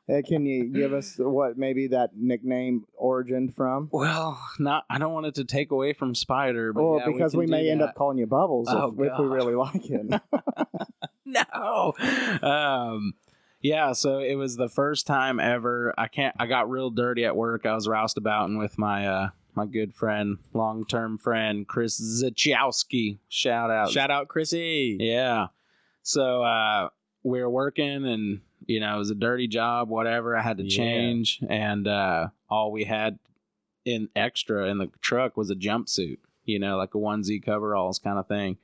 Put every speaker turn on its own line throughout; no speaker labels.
Uh, Can you give us what maybe that nickname origin from?
Well, not. I don't want it to take away from Spider, but
Well,
yeah,
because
can
we,
do
may end
that.
up calling you Bubbles if-
Oh,
if we
God.
really like it.
no. Um, yeah, so it was the first time ever. I can't. I got real dirty at work. I was roustabouting with my uh my good friend, long term friend Chris Zachowski. Shout out,
Shout out Chrissy.
Yeah. So uh, we were working and, you know, it was a dirty job, whatever. I had to
Yeah.
change. And uh, all we had in extra in the truck was a jumpsuit, you know, like a onesie coveralls kind of thing.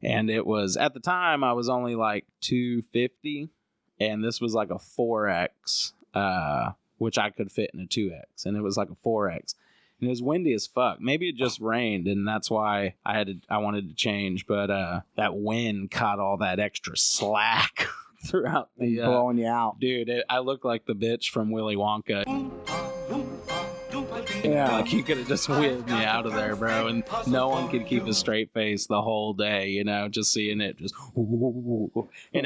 And it was at the time I was only like 250 and this was like a 4X, uh, which I could fit in a 2X. And it was like a 4X. And it was windy as fuck. Maybe it just rained, and that's why I had to, I wanted to change. But uh, that wind caught all that extra slack throughout the uh,
blowing you out.
dude. It, I looked like the bitch from Willy Wonka.
Yeah.
Like you could have just wheeled me out of there, bro, and no one could keep a straight face the whole day. You know, just seeing it, just and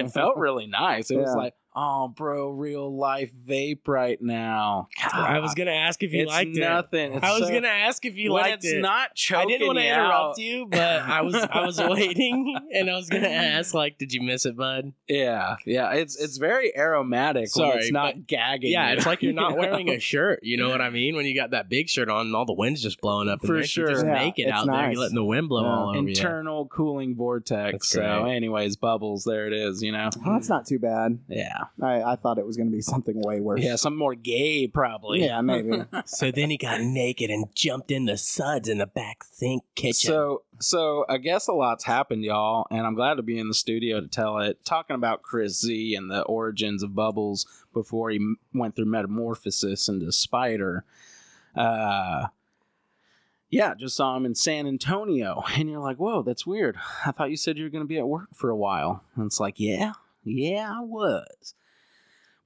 it felt really nice. It was
Yeah.
like, oh, bro, real life vape right now.
I was gonna ask if you
it's
liked
nothing.
it.
It's
I was
so-
gonna ask if you
when
liked
it's
it.
not
I
choking.
didn't want to
you out-
interrupt you, but I was I was waiting, and I was gonna ask, like, did you miss it, bud?
Yeah, yeah. It's it's very aromatic. when
Sorry,
it's not gagging.
Yeah,
you.
it's like you're
You
not
know?
wearing a shirt. You know what I mean? When you got that big shirt on, and all the wind's just blowing up.
For
in there, you're just
sure. Yeah,
naked
it's
out there.
nice.
You're letting the wind blow
Yeah.
all over you.
internal cooling vortex.
oh, That's
so,
great.
anyways, bubbles. There it is. You know.
Well, that's not too bad.
Yeah.
I, I thought it was going to be something way worse.
Yeah. Some more gay, probably.
Yeah, maybe.
So then he got naked and jumped in the suds in the back sink kitchen.
So, so I guess a lot's happened, y'all, and I'm glad to be in the studio to tell it. Talking about Chris Z and the origins of Bubbles before he m- went through metamorphosis into Spider. Uh, yeah, just saw him in San Antonio, and you're like, "Whoa, that's weird." I thought you said you were going to be at work for a while, and it's like, "Yeah, yeah, I was."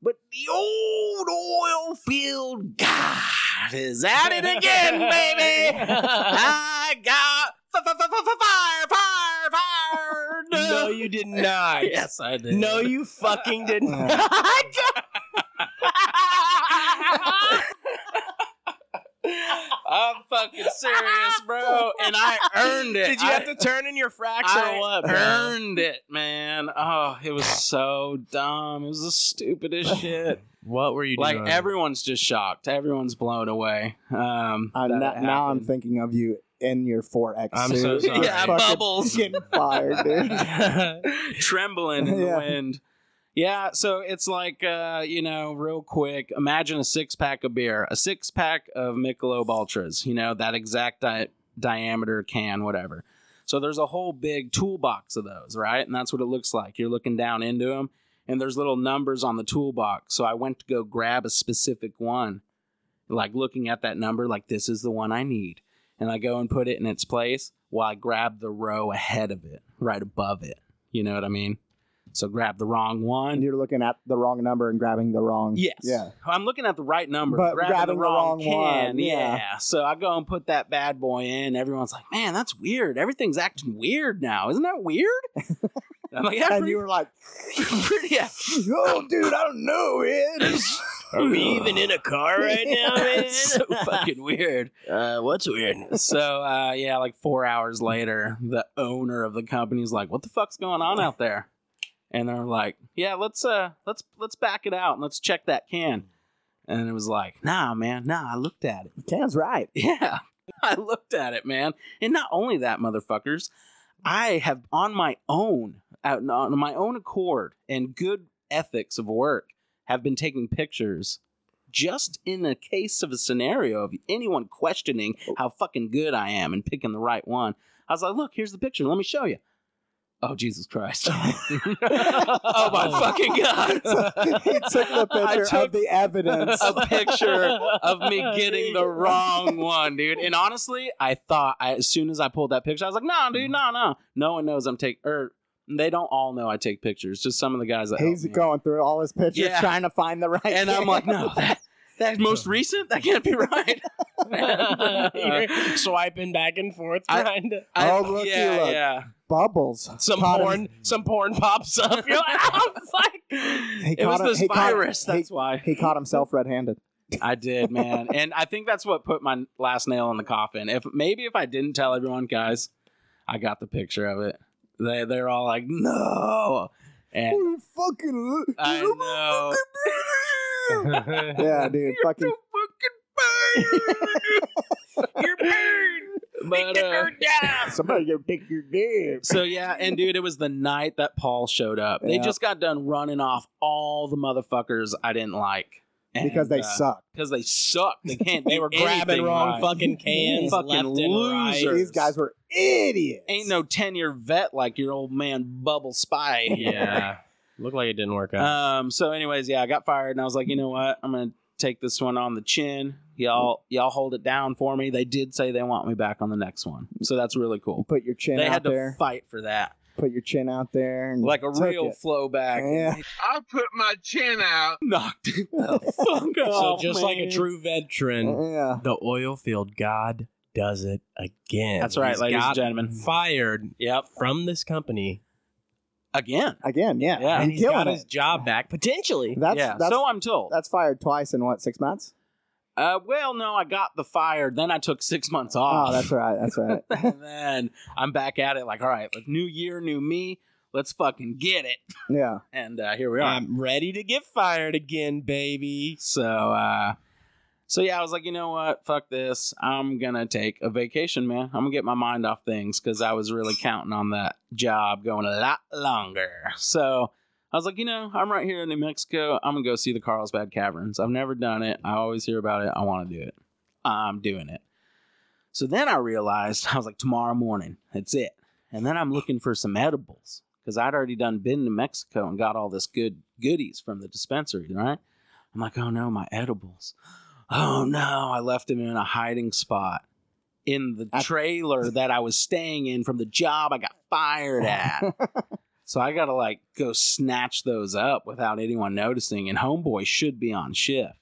But the old oil field god is at it again, baby. I got f- f- f- f- f- fire, fire, fire.
no, you did not.
yes, I did.
No, you fucking did not.
Yeah.
I'm fucking serious, bro. And I earned it.
Did you
I,
have to turn in your fraction
I
or what, bro?
earned it, man. Oh, it was so dumb. It was the stupidest shit.
What were you
like
doing?
everyone's just shocked. Everyone's blown away. Um,
I'm
that
not-
it
now I'm
happened.
thinking of you in your 4X
I'm
suit.
so sorry.
Yeah,
Fucking
bubbles.
Getting fired, dude.
trembling in
Yeah.
the wind. Yeah, so it's like uh, you know, real quick. Imagine a six pack of beer, a six pack of Michelob Ultras. You know that exact di- diameter can, whatever. So there's a whole big toolbox of those, right? And that's what it looks like. You're looking down into them, and there's little numbers on the toolbox. So I went to go grab a specific one, like looking at that number, like this is the one I need, and I go and put it in its place while I grab the row ahead of it, right above it. You know what I mean? So grab the wrong
And
one.
you're looking at the wrong number and grabbing the wrong.
Yes.
Yeah.
I'm looking at the right number,
But
grabbing, the wrong, can.
one,
Yeah.
yeah.
So I go and put that bad boy in. Everyone's like, "Man, that's weird. Everything's acting weird now. Isn't that weird?" I'm like, "Yeah,
And
pretty,
you were like,
pretty- yeah."
oh, dude, I don't know, man.
Are we even in a car right now, man?
It's so fucking weird.
Uh, what's weird?
So uh, yeah, like four hours later, the owner of the company's like, "What the fuck's going on out there?" And they're like, "Yeah, let's uh, let's let's back it out and let's check that can." And it was like, "Nah, man, nah." I looked at it.
Can's right.
Yeah. I looked at it, man. And not only that, motherfuckers, I have on my own, out on my own accord and good ethics of work, have been taking pictures just in the case of a scenario of anyone questioning how fucking good I am and picking the right one. I was like, look, here's the picture. Let me show you. Oh, Jesus Christ. oh, my fucking God.
he took the
I
picture
took-
of the evidence.
a picture of me getting the wrong one, dude. And honestly, I thought I, as soon as I pulled that picture, I was like, "Nah, dude, nah, nah." No one knows I'm taking, or they don't all know I take pictures. Just some of the guys that help
He's
me.
going through all his pictures
Yeah.
trying to find the right
And I'm like, "No, that that most recent, that can't be right."
You're swiping back and forth,
I-
trying to.
I-
Oh, look,
yeah,
you look.
yeah.
bubbles.
Some
Caught him-
porn, some porn pops up. You're like, oh fuck!
He
it was
caught him-
this
he caught him-
virus.
he-
that's why
He caught himself red-handed.
I did, man. and I think that's what put my last nail in the coffin. If maybe if I didn't tell everyone, guys, I got the picture of it. They they're all like, no. And
You Oh, fucking look.
I know.
Yeah, dude. Fucking.
You're burned.
But, uh,
Somebody go take your dick.
so yeah, and dude, it was the night that Paul showed up. They
Yeah.
just got done running off all the motherfuckers I didn't like And,
Because they
uh,
suck.
Because they suck. They can't.
They
do
were grabbing
anything
wrong
right.
fucking cans,
Fucking
left and right.
losers.
These guys were idiots.
Ain't no ten year vet like your old man Bubble Spy.
Yeah, looked like it didn't work out.
Um. So, anyways, yeah, I got fired, and I was like, you know what? I'm gonna take this one on the chin. Y'all, y'all hold it down for me. They did say they want me back on the next one, so that's really cool.
Put your chin
They
out
had to
there.
fight for that,
Put your chin out there. And
like a
took
real
it.
flow back.
Yeah.
I put my chin out.
Knocked it the fuck
so
off.
just like a
Oh, man.
true veteran,
Yeah.
the oil field god does it again.
That's right,
He's
ladies and
got
gentlemen.
Fired
Yep.
from this company,
Again.
Again, yeah.
Yeah.
You're
and he's
killing
got
it.
his job back potentially.
That's
yeah.
that's
so I'm told.
that's fired twice in what six months?
Uh. Well, no, I got the fired. Then I took six months off.
Oh, that's right. That's right.
and then I'm back at it. Like, all right, like, new year, new me. Let's fucking get it.
yeah.
And uh, here we are.
I'm ready to get fired again, baby.
So uh so yeah, I was like, you know what? Fuck this. I'm gonna take a vacation, man. I'm gonna get my mind off things because I was really counting on that job going a lot longer. So I was like, you know, I'm right here in New Mexico. I'm gonna go see the Carlsbad Caverns. I've never done it. I always hear about it. I want to do it. I'm doing it. So then I realized I was like, tomorrow morning, that's it. And then I'm looking for some edibles because I'd already done been to Mexico and got all this good goodies from the dispensary, right? I'm like, oh no, my edibles. Oh no, I left them in a hiding spot in the
I-
trailer that I was staying in from the job I got fired at. so I gotta like go snatch those up without anyone noticing. And homeboy should be on shift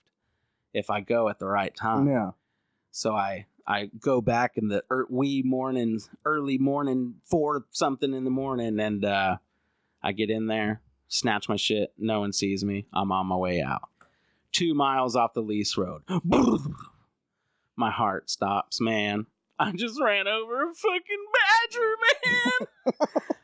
if I go at the right time.
Yeah.
So I I go back in the er, wee morning, early morning, four something in the morning, and uh, I get in there, snatch my shit. No one sees me. I'm on my way out. Two miles off the lease road. my heart stops, man. I just ran over a fucking badger, man.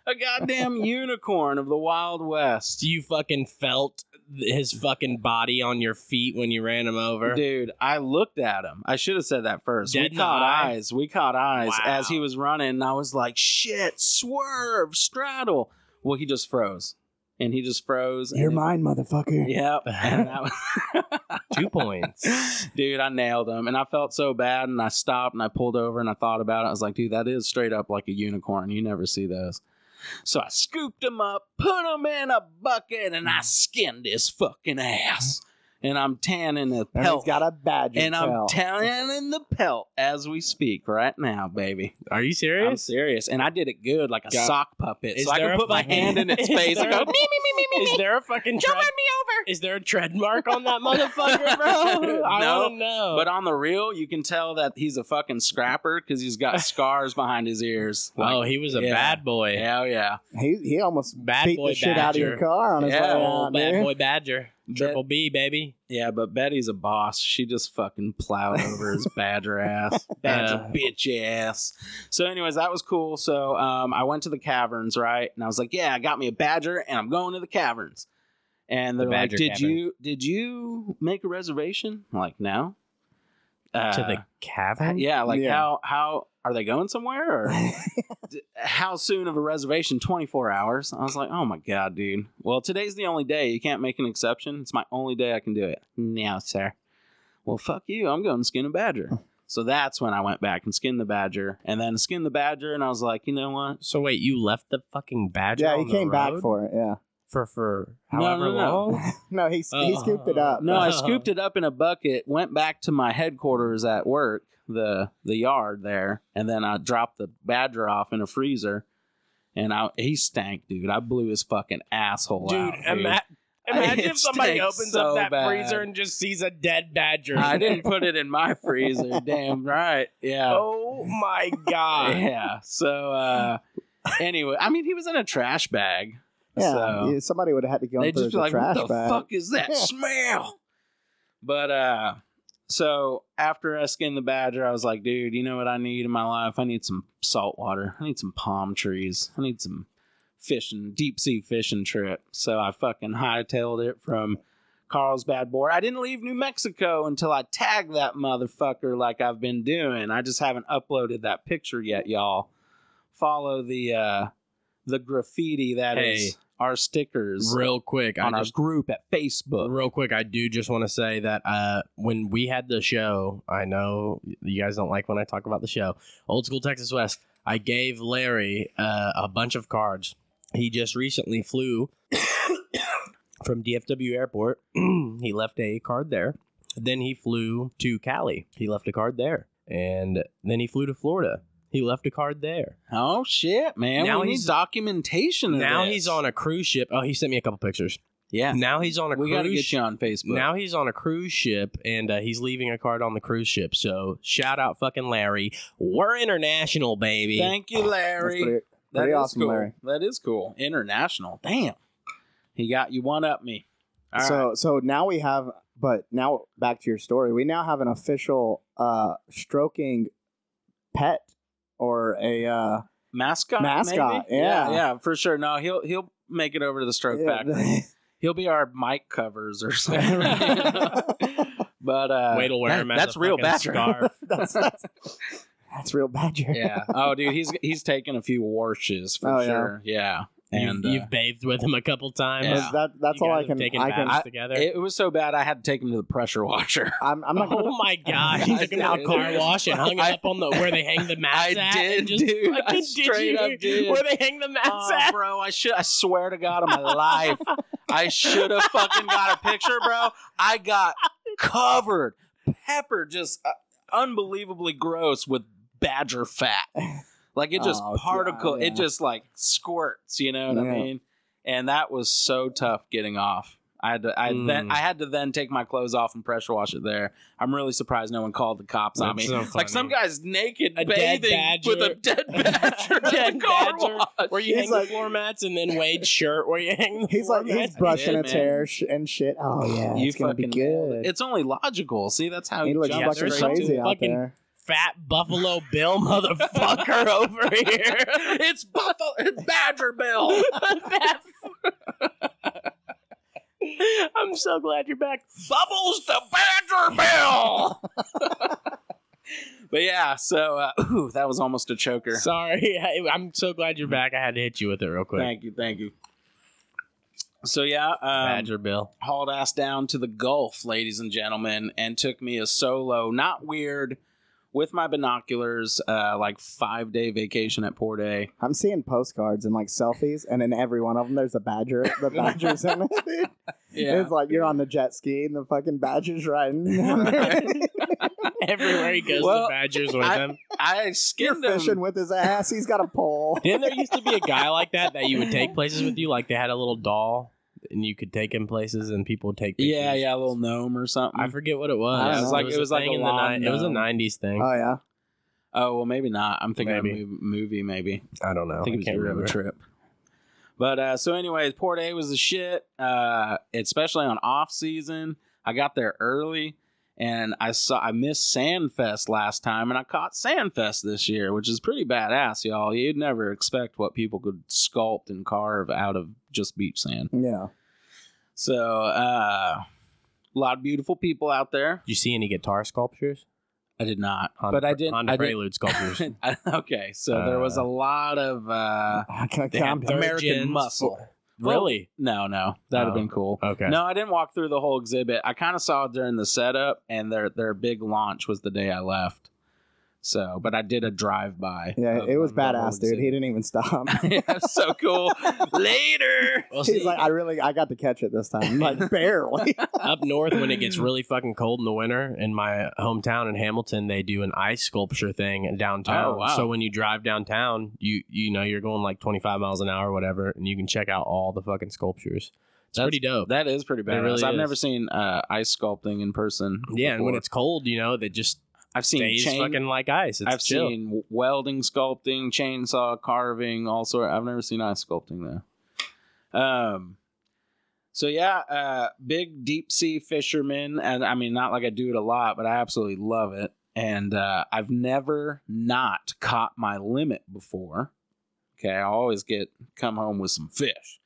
a goddamn unicorn of the Wild West.
So you fucking felt th- his fucking body on your feet when you ran him over.
Dude, I looked at him. I should have said that first.
Dead
we
in
caught
the eye?
eyes. We caught eyes
Wow.
as he was running, and I was like, shit, swerve, straddle. Well, he just froze. And he just froze. and
You're
it-
mine, motherfucker.
Yep. And that was
Two points.
dude, I nailed him. And I felt so bad. And I stopped and I pulled over and I thought about it. I was like, dude, that is straight up like a unicorn. You never see those. So I scooped him up, put him in a bucket, and
Mm.
I skinned his fucking ass. And I'm tanning the
And
pelt.
he's got a badger.
and I'm
tail.
tanning the pelt as we speak right now, baby.
Are you
I'm
serious?
serious. And I did it good, like a
Got-
sock puppet.
Is
So I
there
can
a
put my
fucking-
hand in its
Is
face and
there
go,
a-
me, me, me, me, me, me.
Is there a fucking
Don't
tread-
run me over.
Is there a tread mark on that motherfucker, bro? I
No,
want to know.
But on the real, you can tell that he's a fucking scrapper because he's got scars behind his ears.
oh,
Like,
he was a
Yeah.
bad boy.
hell yeah.
he, he almost
Bad
beat
boy
the shit out of your
badger.
car on his
Yeah,
way
Oh,
out,
bad
dude.
boy Badger. Triple B, baby.
Yeah, but Betty's a boss. She just fucking plowed over his badger ass. Badger
Uh.
bitch ass. So, anyways, that was cool. So, um, I went to the caverns, right? And I was like, yeah, I got me a badger and I'm going to the caverns. And
The
they're like,
badger
did
cavern.
you did you make a reservation? I'm like, no.
to
Uh,
the cavern?
Yeah, like
Yeah.
how how are they going somewhere or d- how soon of a reservation? Twenty four hours. I was like, oh my god, dude. Well, today's the only day you can't make an exception. It's my only day I can do it. No, sir. Well, fuck you. I'm going to skin a badger. So that's when I went back and skinned the badger, and then skinned the badger, and I was like, you know what?
So wait, you left the fucking Badger
yeah, he
on the
came back
road?
for it. Yeah.
for for
No,
however
no, no.
long.
No, he, he
Oh.
scooped it up.
No, I
Oh.
scooped it up in a bucket, went back to my headquarters at work, the the yard there, and then I dropped the badger off in a freezer. And I, he stank, dude. I blew his fucking asshole out.
Dude,
dude.
ima- imagine
It
if somebody
stinks
opens
so
up that
bad.
freezer and just sees a dead badger.
I didn't put it in my freezer. Damn right. Yeah.
Oh my god.
Yeah. So uh anyway, I mean, he was in a trash bag.
Yeah,
so.
yeah, somebody would have had to go
they
in through
just be
the
like,
trash
"What the
bag.
fuck is that
Yeah.
smell?" But uh, so after I skinned the badger, I was like, "Dude, you know what I need in my life? I need some salt water. I need some palm trees. I need some fishing, deep sea fishing trip." So I fucking hightailed it from Carlsbad Board. I didn't leave New Mexico until I tagged that motherfucker like I've been doing. I just haven't uploaded that picture yet, y'all. Follow the uh the graffiti that is
Hey.
our stickers
Real quick,
on
I
our
just
group at Facebook.
real quick, I do just want to say that uh, when we had the show, I know you guys don't like when I talk about the show. Old School Texas West. I gave Larry uh, a bunch of cards. He just recently flew from DFW Airport. he left a card there. Then he flew to Cali. He left a card there, and then he flew to Florida. He left a card there.
Oh shit, man!
Now
we need
he's-
documentation. Of
Now
this.
he's on a cruise ship. Oh, he sent me a couple pictures.
Yeah,
Now he's on a
we
cruise
got to get you on Facebook.
Now he's on a cruise ship and uh, he's leaving a card on the cruise ship. So shout out fucking Larry. We're international, baby.
thank you,
That's
Larry.
pretty-
That
pretty
is
awesome,
cool.
Larry.
That is cool. International. Damn, he got you one up me. All right.
so so now we have, but now back to your story. We now have an official uh stroking pet or a uh
mascot,
Mascot,
maybe?
yeah.
yeah, for sure. No, he'll he'll make it over to the stroke factory. He'll be our mic covers or something. but uh,
Wait till wear
that-
him as
that's
a
real
fucking
badger.
scarf.
that's, that's, that's real badger.
yeah. Oh, dude, he's he's taken a few washes for
Oh, yeah.
sure. Yeah.
You've-
And
you've,
uh,
bathed with him a couple times.
Yeah.
That, that's
You
all
guys
I
have
can.
Taken
I can.
baths
I,
together.
It, it was so bad I had to take him to the pressure washer.
I'm, I'm not.
oh
Gonna,
my god! He took him to a car wash and hung it
I-
up on the where they hang the mats.
I
at
did,
and just
dude. I
fucking
straight
you,
up did.
Where they hang the mats
Oh,
at.
bro, I should I swear to God on my life. I should have fucking got a picture, bro. I got covered, pepper just uh, unbelievably gross with badger fat. Like it just
Oh, God,
particle,
yeah.
it just like squirts, you know what I
Yeah.
mean? And that was so tough getting off. I had to I
Mm.
then I had to then take my clothes off and pressure wash it there. I'm really surprised no one called the cops on me.
That's so
like some
funny.
guy's naked
A dead
bathing with a dead badger. in
Dead
the car
badger,
wash.
Where you
He's
hang
like-
the floor mats and then Wade's shirt where you hang the
He's
floor
like he's
mats.
brushing
did,
its
man.
hair sh- and shit. Oh yeah,
You
it's gonna be
fucking nailed
good.
It's only logical. See, that's how
he
you
looks
jump
yeah,
fucking
straight to
something
crazy
it.
out
fucking-
there.
Fat Buffalo Bill motherfucker over here.
it's Buffalo it's Badger Bill.
I'm so glad you're back.
Bubbles the Badger Bill. but yeah, so uh, ooh, that was almost a choker.
Sorry, I, I'm so glad you're back. I had to hit you with it real quick.
Thank you, thank you. So yeah, um,
Badger Bill.
hauled ass down to the Gulf, ladies and gentlemen, and took me a solo, not weird, with my binoculars, uh, like five day vacation at Port A.
I'm seeing postcards and like selfies, and in every one of them, there's a badger. The badger's in it. dude. It's like you're on the jet ski and the fucking badger's riding.
Everywhere he goes,
Well,
the Badgers with
I-
him.
I
you're
skinned him.
fishing with his ass. He's got a pole.
Didn't there used to be a guy like that that you would take places with you? Like they had a little doll and you could take him places and people would take pictures.
yeah, yeah, a little gnome or something.
I forget what it was.
I don't know. It was
a
like- it was like
thing
a
in the
lawn
ni- It was a
gnome.
'90s thing.
Oh yeah,
oh well, maybe not. I'm thinking
Maybe.
of
Oh,
a mov- movie, maybe.
I don't know.
I think it was
can't
during
remember.
the trip. But uh, so, anyways, Port A was the shit, uh, especially on off season. I got there early, and I saw I missed Sandfest last time, and I caught Sandfest this year, which is pretty badass, y'all. You'd never expect what people could sculpt and carve out of just beach sand.
yeah.
So, uh, a lot of beautiful people out there.
Did you see any guitar sculptures?
I did not,
Honda
but I
Pre-
didn't.
Honda
I didn't-
Prelude sculptures.
okay, so there was a
Uh,
lot of uh,
I can't
They had
count.
third
American
gens.
muscle.
Really?
no, no, that'd have
Oh.
been cool.
okay.
No, I didn't walk through the whole exhibit. I kind of saw it during the setup, and their their big launch was the day I left. So, but I did a drive by.
Yeah, it was badass, dude. He didn't even stop.
yeah, it was so cool. Later.
Well, see,
He's like, I really, I got to catch it this time. Like barely.
up north when it gets really fucking cold in the winter in my hometown in hamilton they do an ice sculpture thing downtown
Oh, wow.
so when you drive downtown you you know you're going like 25 miles an hour or whatever and you can check out all the fucking sculptures it's
That's-
pretty dope
That is pretty badass.
really
I've
is.
never seen uh, ice sculpting in person.
yeah and when
before.
it's cold you know that just
I've seen
stays
chain,
fucking like ice it's
I've
chill
seen w- welding, sculpting, chainsaw carving, all sort. I've never seen ice sculpting though. Um, so yeah, uh, big deep sea fisherman, and I mean, not like I do it a lot, but I absolutely love it. And uh, I've never not caught my limit before. Okay, I always get come home with some fish,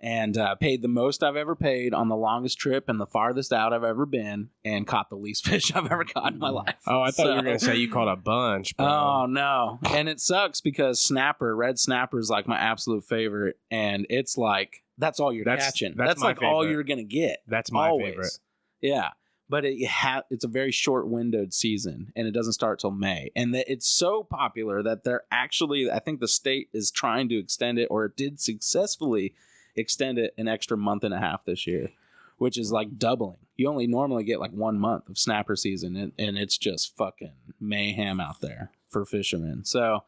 and uh, paid the most I've ever paid on the longest trip and the farthest out I've ever been, and caught the least fish I've ever caught in my life.
oh i thought you were
So-
gonna say you caught a bunch bro.
Oh no. And it sucks because snapper, red snapper is like my absolute favorite and it's like that's all you're
That's-
catching. That's,
that's my
like all
favorite.
you're going to get.
that's my
always.
favorite
Yeah. But it ha- it's a very short windowed season and it doesn't start till May. And that it's so popular that they're actually I think the state is trying to extend it or it did successfully extend it an extra month and a half this year, which is like doubling. You only normally get like one month of snapper season, and, and it's just fucking mayhem out there for fishermen. So,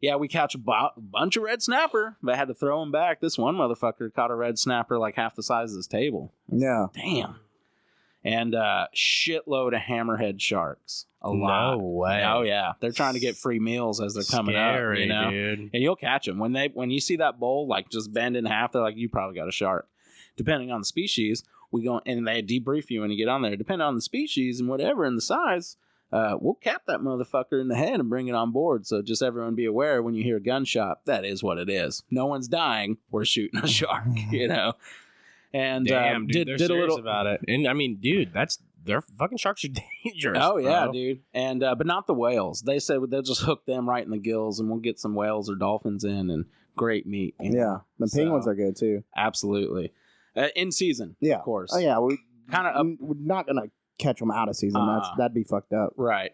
yeah, we catch a bo- bunch of red snapper, but I had to throw them back. This one motherfucker caught a red snapper like half the size of this table.
Yeah.
Damn. And uh, shitload of hammerhead sharks. A
no
lot.
way
Oh yeah, they're trying to get free meals as they're coming
Scary,
up. You know,
dude.
and you'll catch them when they when you see that bowl like just bend in half. They're like, you probably got a shark. Depending on the species, we go and they debrief you when you get on there. Depending on the species and whatever and the size, uh, we'll cap that motherfucker in the head and bring it on board. So just everyone be aware when you hear a gunshot, that is what it is. No one's dying. We're shooting a shark. You know. And
Damn,
uh,
dude,
did,
they're
did a
serious
little
about it. And I mean, dude, that's their fucking sharks are dangerous.
Oh yeah,
bro.
dude. And uh, but not the whales. They said they'll just hook them right in the gills, and we'll get some whales or dolphins in, and great meat. you know?
Yeah. The
So-
penguins are good too.
absolutely. Uh, in season,
Yeah.
of course.
Oh yeah. We
Kinda up-
n- We're not gonna catch them out of season.
Uh-uh.
That's that'd be fucked up.
right.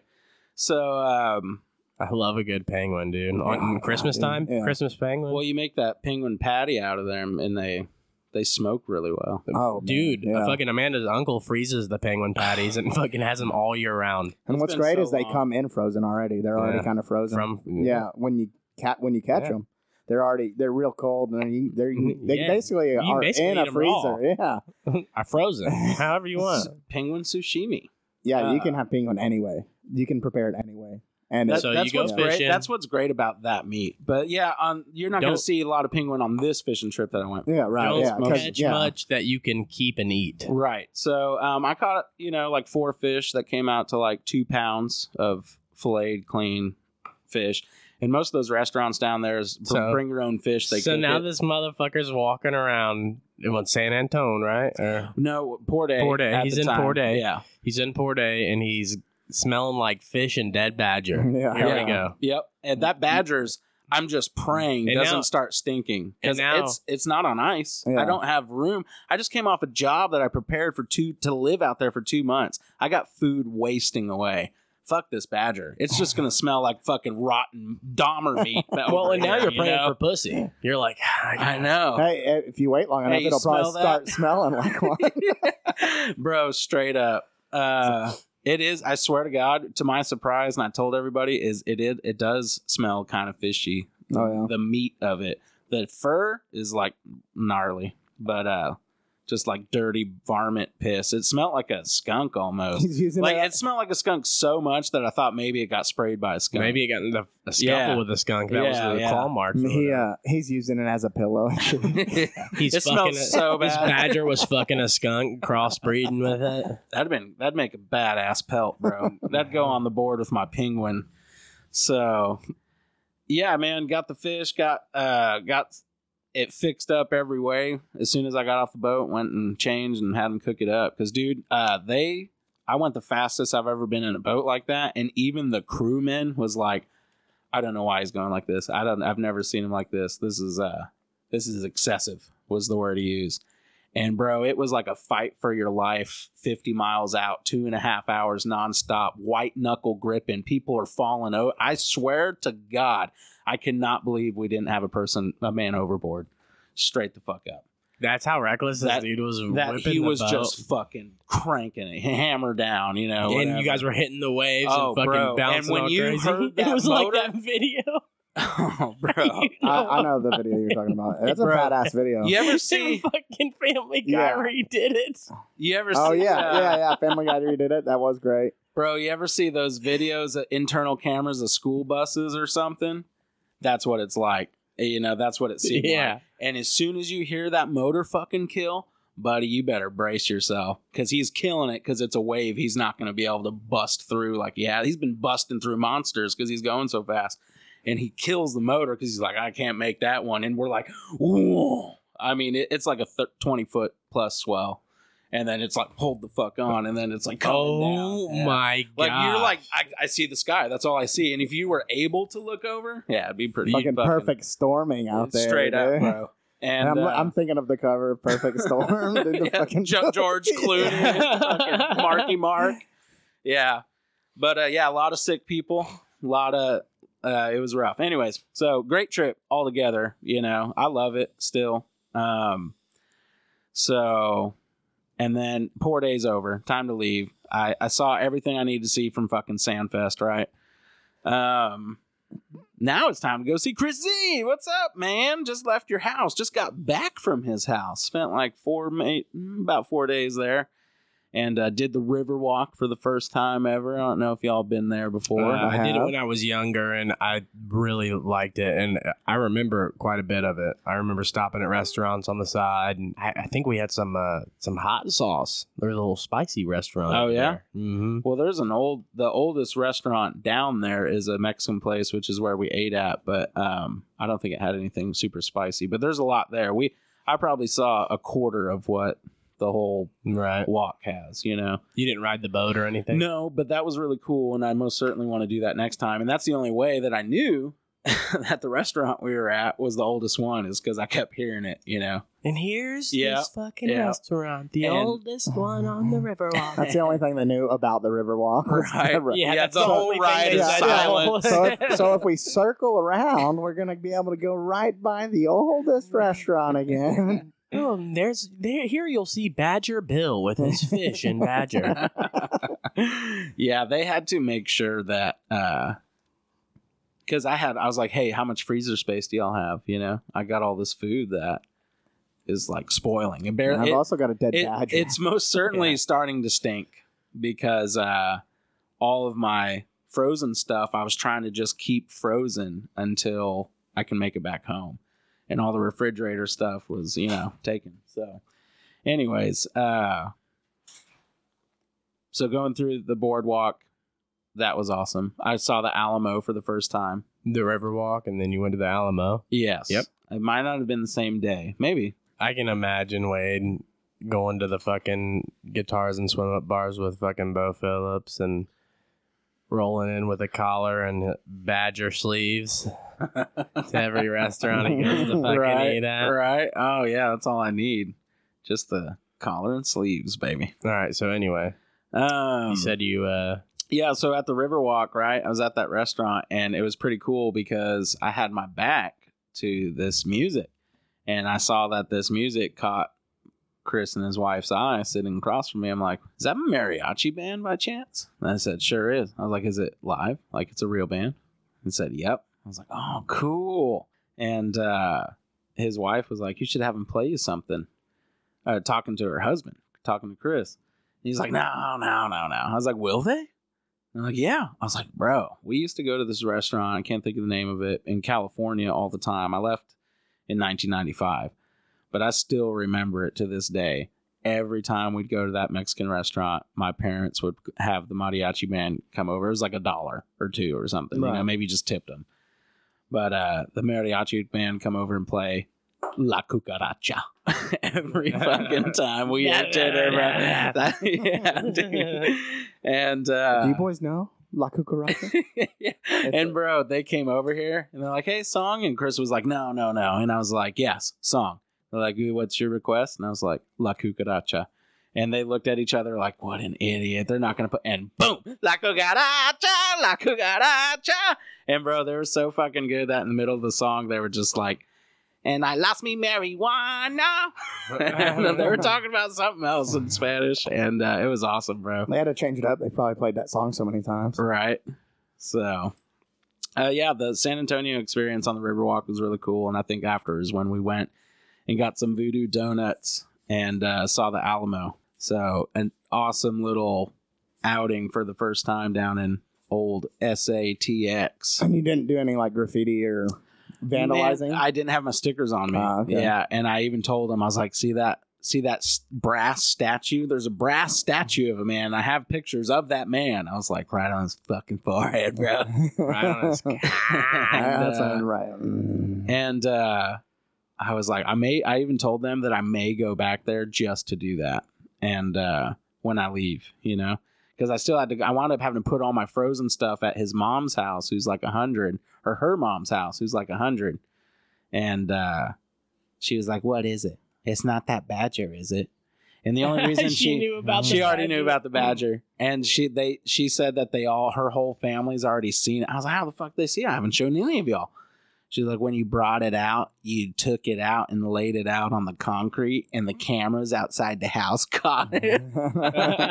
So, um,
I love a good penguin, dude. On
Yeah,
Christmas
dude.
time,
Yeah.
Christmas penguin.
well, you make that penguin patty out of them, and they they smoke really well.
Oh, man,
dude,
yeah.
a fucking Amanda's uncle freezes the penguin patties and fucking has them all year round.
And
It's
what's
been
great
so
is they
long. Mm-hmm.
come in frozen already. They're already
Yeah.
kind of frozen.
From
yeah, when you cat when you catch
Yeah.
them. They're already they're real cold, and you, they're, they
Yeah.
basically
You
are
basically
in
eat
a
'em raw.
freezer. Yeah,
I froze it. However you want.
Penguin sushimi.
yeah. you can
Uh,
have penguin anyway. You can prepare it anyway, and
That-
it's
So you
that's
go
what's
fishing.
great. That's what's great about that meat. But yeah, on you're not going
Don't-
to see a lot of penguin on this fishing trip that I went.
yeah, right.
Don't
yeah, 'cause-
catch
yeah.
much that you can keep and eat.
Right. So um, I caught you know like four fish that came out to like two pounds of filleted clean fish, and most of those restaurants down there is br-
So-
bring your own fish. They
so
cook
now
it.
this motherfucker's walking around in San Antone, right? Or-
no Port A.
Port A.
at
He's
the
in
time.
Port A.
Yeah.
he's in Port A and he's smelling like fish and dead badger.
Yeah.
Here
Yeah.
we go.
Yep. And that badger's. I'm just praying
Mm-hmm. And
doesn't
now-
start stinking because
and now-
it's it's not on ice.
Yeah.
I don't have room. I just came off a job that I prepared for two to live out there for two months. I got food wasting away. Fuck this badger. It's just gonna smell like fucking rotten Dahmer meat. that
Well,
over
and now
here,
you're
you
praying
know?
for pussy. You're like, "Ah,
I know,
Hey, eh, if you wait long enough,
Hey, you
it'll probably
smell that?
start smelling like one.
bro. Straight up. Uh, it is. I swear to God, to my surprise, and I told everybody, is it it, it does smell kind of fishy.
Oh, yeah.
the meat of it. The fur is like gnarly, but uh just like dirty varmint piss. It smelled like a skunk almost.
He's using
like
that-
it smelled like a skunk so much that I thought maybe it got sprayed by a skunk.
maybe it got in the, a scuffle
Yeah.
with a skunk. That
Yeah,
was the
yeah.
claw marks. or
He
whatever.
uh, he's using it as a pillow.
He's
uh, it
fucking
smells so
His
bad.
badger was fucking a skunk, crossbreeding with it.
That'd been that'd make a badass pelt, bro. that'd go on the board with my penguin. So, yeah, man, got the fish, got uh, got it fixed up every way. As soon as I got off the boat, went and changed and had them cook it up. Cause, dude, uh, they I went the fastest I've ever been in a boat like that, and even the crewman was like, "I don't know why he's going like this. I don't. I've never seen him like this. This is uh, this is excessive." Was the word he used. And bro, it was like a fight for your life, 50 miles out, two and a half hours nonstop, white knuckle gripping. People are falling over. I swear to God, I cannot believe we didn't have a person, a man overboard, straight the fuck up.
That's how reckless
That-
this dude was.
That
whipping
he
the
was
boat.
just fucking cranking it, hammer down, you know.
and
whatever.
you guys were hitting the waves
Oh,
and fucking
bro.
bouncing
And when
all
you
crazy.
heard that
it was
motor-
like that video.
oh, bro.
I, I know the video you're talking about. That's a
Bro.
badass video.
You ever
See,
see?
fucking Family Guy
Yeah.
redid it.
You ever?
Oh
see,
yeah,
uh,
yeah, yeah. Family Guy redid it. That was great.
Bro, you ever see those videos of internal cameras of school buses or something? That's what it's like. You know, that's what it seemed
Yeah.
like. And as soon as you hear that motor fucking kill, buddy, you better brace yourself because he's killing it because it's a wave. He's not going to be able to bust through like he had. He's been busting through monsters because he's going so fast. And he kills the motor because he's like, I can't make that one. And we're like, whoa. I mean, it, it's like a thir- 20 foot plus swell. And then it's like, hold the fuck on. And then it's like, coming
Oh
down. Yeah.
my god!
Like you're like I, I see the sky. That's all I see. And if you were able to look over, yeah, it'd be pretty
Fucking perfect storming out there.
straight up,
dude.
bro. And,
And I'm,
uh,
I'm thinking of the cover of Perfect Storm. dude, the
yeah,
fucking
Jo- George Clooney, fucking Marky Mark. Yeah, but uh, yeah, a lot of sick people. A lot of uh, it was rough. Anyways, so great trip altogether. You know, I love it still. Um, so, and then poor day's over. Time to leave. I, I saw everything I need to see from fucking Sandfest, right? Um, now it's time to go see Chris Z. What's up, man? Just left your house. Just got back from his house. Spent like four, ma- mm, about four days there, and uh, did the river walk for the first time ever. I don't know if y'all been there
Uh,
before.
I did it
Uh-huh.
when I was younger, and I really liked it, and I remember quite a bit of it. I remember stopping at restaurants on the side, and I, I think we had some uh, some hot sauce. There was a little spicy restaurant.
Oh, yeah?
hmm
Well, there's an old, the oldest restaurant down there is a Mexican place, which is where we ate at. But um, I don't think it had anything super spicy. But there's a lot there. We, I probably saw a quarter of what the whole
Right.
walk has. You know.
You didn't ride the boat or anything.
No, but that was really cool, and I most certainly want to do that next time. And that's the only way that I knew that the restaurant we were at was the oldest one, is because I kept hearing it. You know.
And here's
Yeah,
this fucking
yeah.
restaurant, the
And-
oldest one on the Riverwalk.
That's the only thing they knew about the Riverwalk. was the
Right.
river.
Yeah, the whole
only thing
ride
they
is
said.
silent.
So if, so if we circle around, we're gonna be able to go right by the oldest restaurant again.
Mm.
Oh, and there's there here you'll see Badger Bill with his fish and Badger.
yeah, they had to make sure that uh because I had I was like, hey, how much freezer space do y'all have? You know, I got all this food that is like spoiling. And
And I've
barely, it,
also got a dead
it-
badger.
it's most certainly starting to stink because uh, all of my frozen stuff I was trying to just keep frozen until I can make it back home, and all the refrigerator stuff was you know taken. So, anyways, uh, so going through the boardwalk, that was awesome. I saw the Alamo for the first time.
The Riverwalk, and then you went to the Alamo.
Yes.
Yep.
It might not have been the same day. Maybe.
I can imagine Wade going to the fucking guitars and swim up bars with fucking Bo Phillips and rolling in with a collar and badger sleeves to every restaurant he goes to fucking
right,
eat at.
Right. Oh yeah, that's all I need. Just the collar and sleeves, baby.
All right. So anyway,
Um,
you said you uh
yeah. So at the Riverwalk, right? I was at that restaurant, and it was pretty cool because I had my back to this music, and I saw that this music caught Chris and his wife's eye sitting across from me. I'm like, "Is that a mariachi band by chance?" And I said, "Sure is." I was like, "Is it live? Like it's a real band?" He said, "Yep." I was like, "Oh, cool." And uh, his wife was like, "You should have him play you something." Uh, talking to her husband, talking to Chris. And he's like, "No, no, no, no." I was like, "Will they?" And I'm like, "Yeah." I was like, "Bro, we used to go to this restaurant. I can't think of the name of it in California all the time. I left in 1995, but I still remember it to this day." Every time we'd go to that Mexican restaurant, my parents would have the mariachi band come over. It was like a dollar or two or something, you know,
Right.
maybe just tipped them but uh the mariachi band come over and play La Cucaracha every fucking time we had dinner. bro. That- yeah, dude. And uh
Do you boys know La Cucaracha?
and bro, they came over here and they're like, "Hey, song," and Chris was like, "No, no, no," and I was like, "Yes, song." They're like, "What's your request?" And I was like, "La cucaracha," and they looked at each other like, "What an idiot!" They're not gonna put and boom, la cucaracha, la cucaracha, and bro, they were so fucking good that in the middle of the song they were just like. And I lost me marijuana. and they were talking about something else in Spanish, and uh, it was awesome, bro.
they had to change it up. They probably played that song so many times.
Right. So, uh, yeah, the San Antonio experience on the Riverwalk was really cool. And I think after is when we went and got some voodoo donuts and uh, saw the Alamo. So, an awesome little outing for the first time down in old SATX.
And you didn't do any like graffiti or vandalizing.
Man, I didn't have my stickers on me.
Ah, okay.
Yeah, and I even told him I was like, "See that? See that s- brass statue? There's a brass statue of a man. I have pictures of that man." I was like, "Right on his fucking forehead, bro."
right on his
and,
That sounded
uh,
right. Mm.
and, uh, I was like, I may, I even told them that I may go back there just to do that. And, uh, when I leave, you know, because I still had to, I wound up having to put all my frozen stuff at his mom's house, who's like a hundred, or her mom's house, who's like a hundred. And, uh, she was like, What is it? It's not that badger, is it? And the only reason she,
knew about
she
the
already knew
badger. Mm.
about the badger, and she they she said that they all her whole family's already seen it. I was like, how the fuck they see it? I haven't shown any of y'all. She's like, when you brought it out, you took it out and laid it out on the concrete, and the cameras outside the house caught it.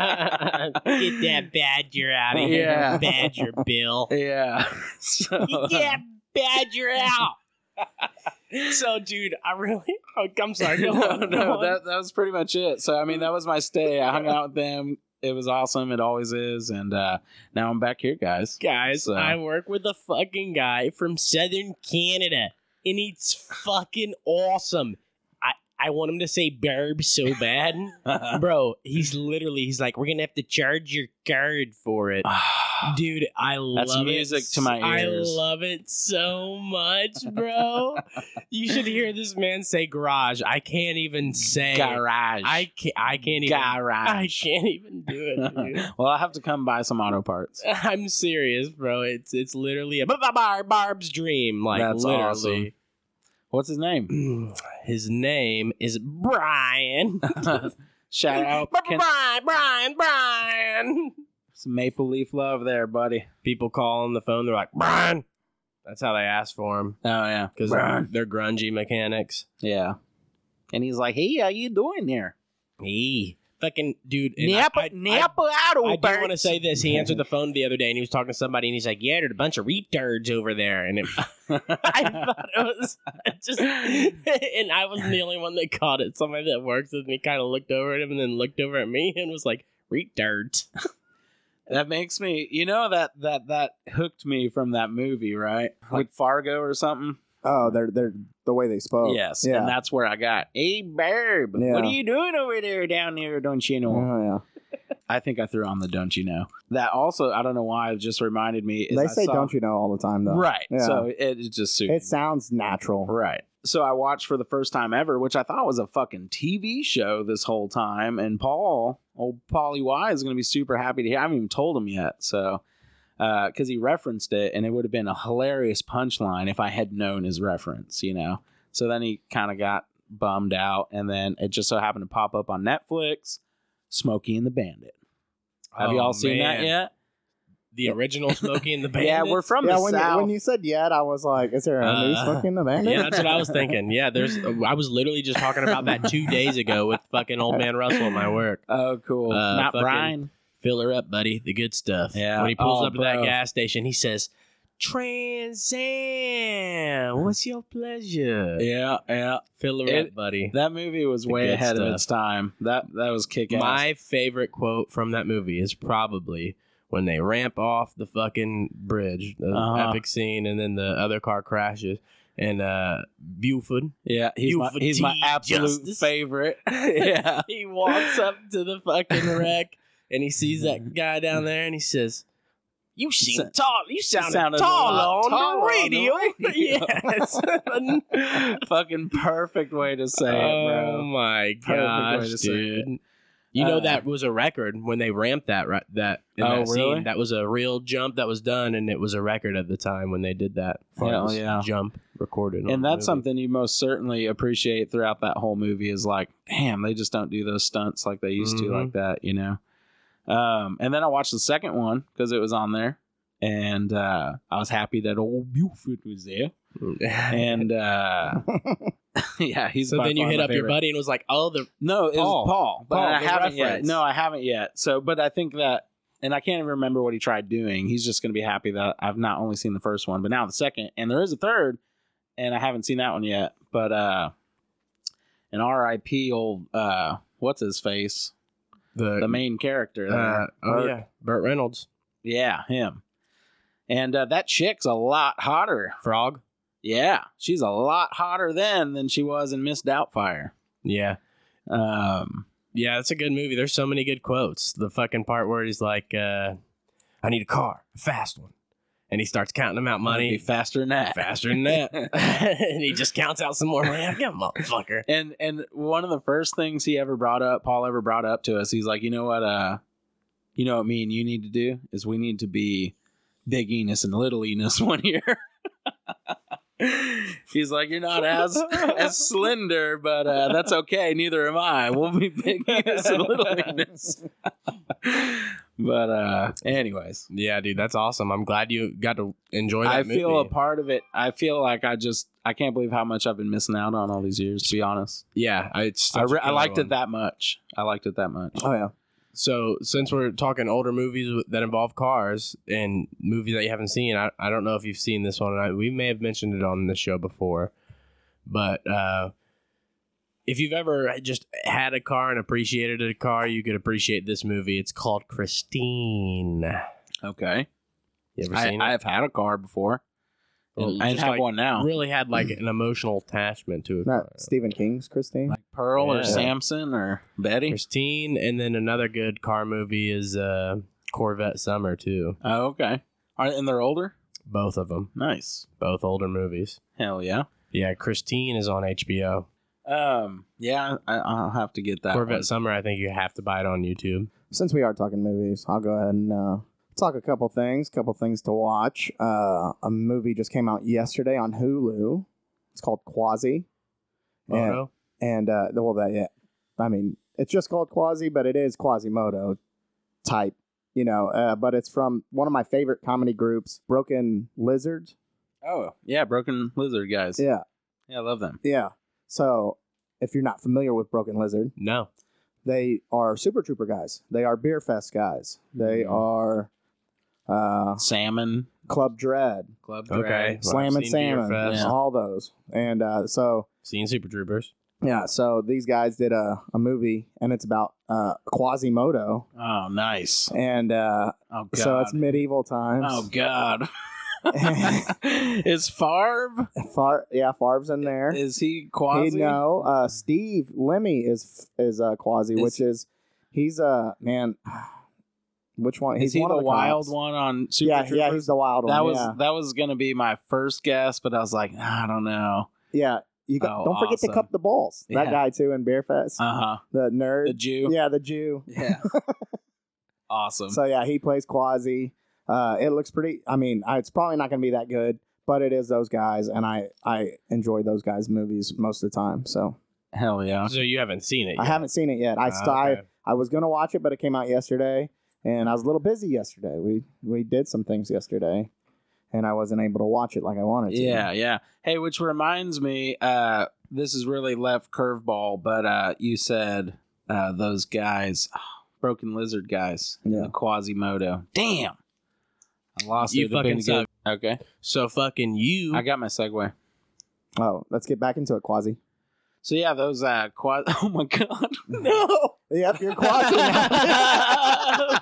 Get that badger out of here,
Yeah.
badger Bill.
Yeah. So,
Get that badger out. so, dude, I really. Oh, I'm sorry. Go
no,
on, go
no,
on.
that that was pretty much it. So I mean, that was my stay. I hung out with them. It was awesome. It always is. And uh, now I'm back here, guys.
guys,
So-
I work with a fucking guy from Southern Canada, and he's fucking awesome. I I want him to say burb so bad, bro. He's literally he's like, we're gonna have to charge your card for it. Dude, I love it.
Ah, music to my
I
ears.
love it so much, bro. you should hear this man say garage. I can't even say it.
Garage.
I can't. I can't even. I
Garage.
can't even do it. Dude.
well, I have to come buy some auto parts.
I'm serious, bro. It's it's literally a bar- bar- Barb's dream. Like
That's
literally,
What's his name?
his name is Brian.
Shout out Ken-
Brian, Brian, Brian.
some Maple Leaf love there, buddy.
people call on the phone. They're like, Brian. That's how they ask for him
Oh yeah,
because they're, they're grungy mechanics.
yeah. And he's like, "Hey, how you doing there?"
Hey,
fucking dude. and I-
Nap,
I- I-
nap out
I
of
do want to say this. He answered the phone the other day and he was talking to somebody and he's like, "Yeah, there's a bunch of retards over there." And it, I thought it was just, and I wasn't the only one that caught it. Somebody that works with me kind of looked over at him and then looked over at me and was like, "Retards."
That makes me, you know, that that that hooked me from that movie, right? Like Fargo or something. Oh,
Oh, they're they're the way they spoke.
yes,
Yeah.
and that's where I got. Hey, Barb, what
Yeah.
are you doing over there down there? Don't you know?
oh,
I think I threw on the don't you know. That also, I don't know why, it just reminded me.
yeah.
is
They
I
say
saw-
don't you know all the time though.
Right.
Yeah.
So it, it just suited.
It sounds natural.
Right. So I watched for the first time ever, which I thought was a fucking TV show this whole time. And Paul, old Polly Y, is going to be super happy to hear. I haven't even told him yet. So, because he referenced it, and it would have been a hilarious punchline if I had known his reference, you know? So then he kind of got bummed out. And then it just so happened to pop up on Netflix Smokey and the Bandit. Have you
Oh,
all seen that
man.
yet?
The original Smokey and the Bandit.
Yeah, we're from
yeah,
the
when,
South.
You, when you said yet, I was like, is there a new
Uh,
smoking in the band?
Yeah, that's what I was thinking. Yeah, there's. I was literally just talking about that two days ago with fucking old man Russell at my work.
oh, cool.
Uh,
Not
fucking-
Brian.
Fill her up, buddy. The good stuff.
Yeah.
When he pulls
Oh,
up to that
bro.
gas station, he says, "Trans Am, what's your pleasure?"
Yeah, yeah.
Fill her
It-
up, buddy.
That movie was
The
way
good
ahead of
stuff.
its time. That that was kick ass.
My favorite quote from that movie is probably when they ramp off the fucking bridge, the
Uh-huh.
epic scene, and then the other car crashes. And uh, Buford,
yeah, he's
You
my, he's my
fatigue
absolute
justice.
favorite. yeah.
he walks up to the fucking wreck and he sees that guy down there and he says, "You seem
Mm-hmm. Sa-
tall. You sound
sounded a
tall
lot
on
taller
the
on
radio."
the radio.
yes.
Fucking perfect way to say it,
oh
bro.
my
way
gosh,
to say it.
dude! You know
Uh,
that was a record when they ramped that right that in
Oh,
that scene.
really?
That was a real jump that was done, and it was a record at the time when they did that
Hell
farthest
yeah.
jump recorded. on
And
the
that's
movie.
something you most certainly appreciate throughout that whole movie is like, damn, they just don't do those stunts like they used to,
Mhm.
like that, you know. Um, and then I watched the second one because it was on there, and uh, I was happy that old Buford was there. And uh, yeah, he's
so
by
then you
far
hit
my
up your
favorite.
buddy and was like, "Oh, the
No, it
Paul.
was Paul. But
Paul,
I
the
haven't yet.
reference.
No, I haven't yet. So, but I think that, and I can't even remember what he tried doing. He's just going to be happy that I've not only seen the first one, but now the second, and there is a third, and I haven't seen that one yet. But uh, an R.I.P. old uh, what's his face,
the,
the main character. There.
uh, oh yeah, Burt Reynolds
yeah, him. And uh, that chick's a lot hotter.
frog."
Yeah, she's a lot hotter then than she was in Miss Doubtfire.
Yeah.
Um,
Yeah, that's a good movie. There's so many good quotes. The fucking part where he's like, uh, I need a car, a fast one. And he starts counting them out
be
money
faster than that.
faster than that. and he just counts out some more money. Like, "Come on, motherfucker.
And and one of the first things he ever brought up, Paul ever brought up to us, he's like, you know what, uh, you know what, me and you need to do is we need to be big Enos and little Enos one year. he's like, you're not as as slender, but uh, that's okay. Neither am I. We'll be big Enos and little Enos. but uh, anyways,
Yeah, dude, that's awesome. I'm glad you got to enjoy that
I
movie.
feel a part of it. I feel like I just I can't believe how much I've been missing out on all these years. To be honest,
yeah, I, it's
I,
such a
re- I
killer
liked
one.
it that much. I liked it that much.
Oh yeah.
So since we're talking older movies with- that involve cars and movies that you haven't seen, I, I don't know if you've seen this one. I, we may have mentioned it on the show before, but uh, if you've ever just had a car and appreciated a car, you could appreciate this movie. It's called Christine.
Okay,
You ever
I,
seen it?
I've had a car before.
Well,
And I
just
have
like-
one now,
Really had like
Mm.
an emotional attachment to it.
Not Stephen King's Christine.
like Pearl
Yeah.
or Samson or Betty.
Christine, and then another good car movie is uh, Corvette Summer too.
Oh, okay, All right, and they're older.
Both of them,
Nice.
both older movies.
Hell yeah.
Yeah, Christine is on HBO.
Um. Yeah, I, I'll have to get that.
Corvette
one.
Summer, I think you have to buy it on YouTube.
since we are talking movies, I'll go ahead and uh, talk a couple things, couple things to watch. Uh, a movie just came out yesterday on Hulu. It's called Quasi,
Moto.
and uh, well, that yeah, I mean, it's just called Quasi, but it is Quasimodo type, you know. Uh, but it's from one of my favorite comedy groups, Broken Lizard.
Oh yeah, Broken Lizard guys.
Yeah,
yeah, I love them.
yeah. So if you're not familiar with Broken Lizard,
No.
They are Super Trooper guys. They are Beer Fest guys.
Mhm.
They
Mm-hmm.
are uh,
Salmon
Club Dread,
Club
Okay.
Dread.
Well,
Slam
I've
and
seen Beer
Salmon,
Fest.
all those. And uh, so
Seen Super Troopers.
yeah, so these guys did a, a movie, and it's about uh, Quasimodo,
Oh, nice.
and uh,
Oh god.
so it's medieval times.
oh god. Is Favre?
Far, yeah, Favre's in there.
Is he
He,
quasi?
no, uh, Steve Lemmy is is uh, Quasi,
Is-
which is he's a uh, man. Which one?
Is
He's
he
one
the,
of the
wild
cops.
one on Super
Yeah,
Troopers?
yeah, he's the wild
that
one.
was
Oh, yeah.
that was gonna be my first guess, but I was like, I don't know.
yeah. You got,
Oh,
don't forget to
awesome.
cup the balls.
Yeah.
That guy too in Beer Fest.
Uh huh. The
the nerd.
Jew.
yeah, the Jew.
Yeah. awesome.
So yeah, he plays Quasi. Uh, it looks pretty. I mean, I, it's probably not going to be that good, but it is those guys, and I I enjoy those guys' movies most of the time. So
Hell yeah.
So you haven't seen it. Ah,
I haven't seen it yet. I st- I- I was gonna watch it, but it came out yesterday, and I was a little busy yesterday. We we did some things yesterday, and I wasn't able to watch it like I wanted to.
Yeah, yeah. Hey, which reminds me, uh, this is really left curveball, but uh, you said uh, those guys, ah, Broken Lizard guys,
Yeah.
the Quasimodo. Damn, I lost
You
it. It'd been
fucking
good. Okay,
So fucking you.
I got my segue.
Oh, let's get back into it, Quasi.
So yeah, those uh, quas. Oh my god,
Yep, you're Quasi. now.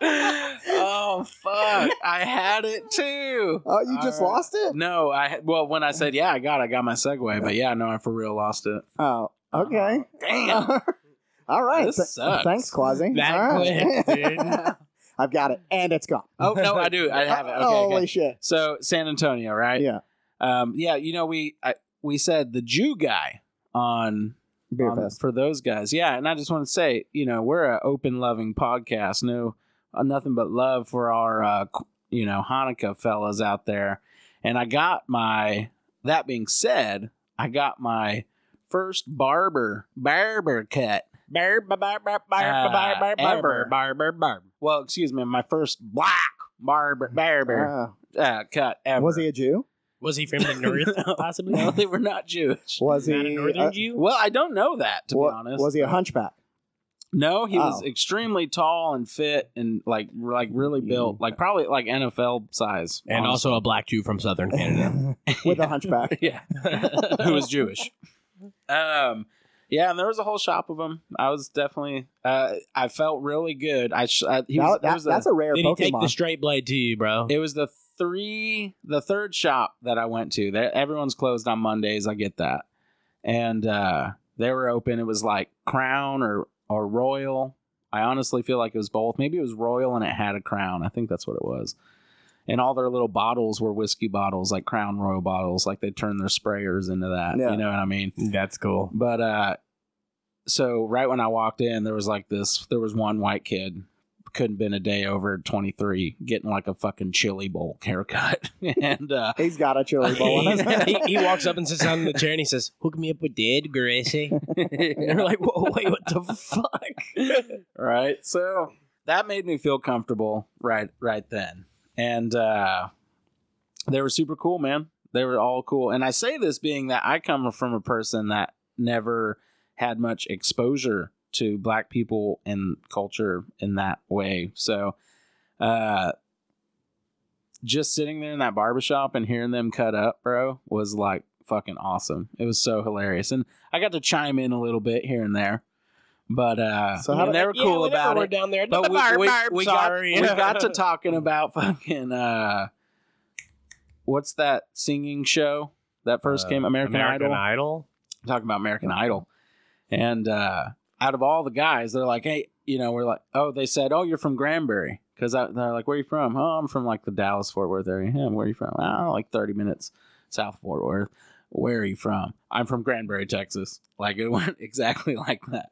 oh fuck! I had it too.
oh, you just
All right.
lost it.
No, I well when I said yeah, I got, it, I got my segue, but yeah, no, I for real lost it.
Oh, okay.
Damn.
All right.
Oh, This
Th-
sucks.
Thanks, Quasi.
That
All right.
quick, dude.
I've got it, and it's gone.
Oh no, I do. I have it. Okay,
Holy
okay.
shit!
So San Antonio, right?
Yeah,
Um, yeah. You know, we I, we said the Jew guy on,
beer
on-
fest.
Um, for those guys. Yeah, and I just want to say, you know, we're an open, loving podcast. No, uh, nothing but love for our uh, qu- you know Hanukkah fellas out there. And I got my. That being said, I got my first barber barber cut. Uh, ever. Well, excuse me, my first black barber barber uh, cut
Uh,
ever.
was he a Jew?
Was he from the north? Possibly.
No, they were not Jewish.
Was he
Not a northern
uh,
Jew.
Well, I don't know that to
wa-
be honest.
Was he a hunchback?
No, he was
Oh.
extremely tall and fit and like like really
Mm-hmm.
built, like probably like NFL size.
And
honestly.
also a black Jew from Southern Canada.
With a hunchback.
yeah, who was Jewish. Um, yeah, and there was a whole shop of them. I was definitely. Uh, I felt really good. I, sh- I he
Now,
was,
that-
there was
that's
a,
a rare
Did he
Pokemon.
take the straight blade to you, bro?
It was the three, the third shop that I went to. That everyone's closed on Mondays. I get that, and uh, they were open. It was like Crown or or Royal. I honestly feel like it was both. Maybe it was Royal and it had a crown. I think that's what it was. And all their little bottles were whiskey bottles, like Crown Royal bottles. Like they turned their sprayers into that.
Yeah.
You know what I mean?
That's cool.
But uh so right when I walked in, there was like this there was one white kid, couldn't been a day over 23, getting like a fucking chili bowl haircut. and uh
He's got a chili bowl. on his head.
he, he walks up and sits down in the chair and he says, "Hook me up with Dad Gracie." And they're like, "Whoa, wait, what the fuck?"
right. So that made me feel comfortable right right then. And uh they were super cool, man. They were all cool. And I say this being that I come from a person that never had much exposure to black people and culture in that way. So uh just sitting there in that barbershop and hearing them cut up, bro, was like fucking awesome. It was so hilarious. And I got to chime in a little bit here and there. But uh
So
so
how
they were
Yeah,
cool
whenever
about
we're
it.
down there.
But we, we, we got,
sorry.
we got to talking about fucking uh what's that singing show that first
Uh,
came American, Idol?
Idol.
talking about American Idol. And uh, out of all the guys, they're like, hey, you know, we're like, oh, they said, oh, you're from Granbury. Because they're like, where are you from? Oh, I'm from like the Dallas Fort Worth area. Yeah, where are you from? Oh, like 30 minutes south of Fort Worth. Where are you from? I'm from Granbury, Texas. Like it went exactly like that.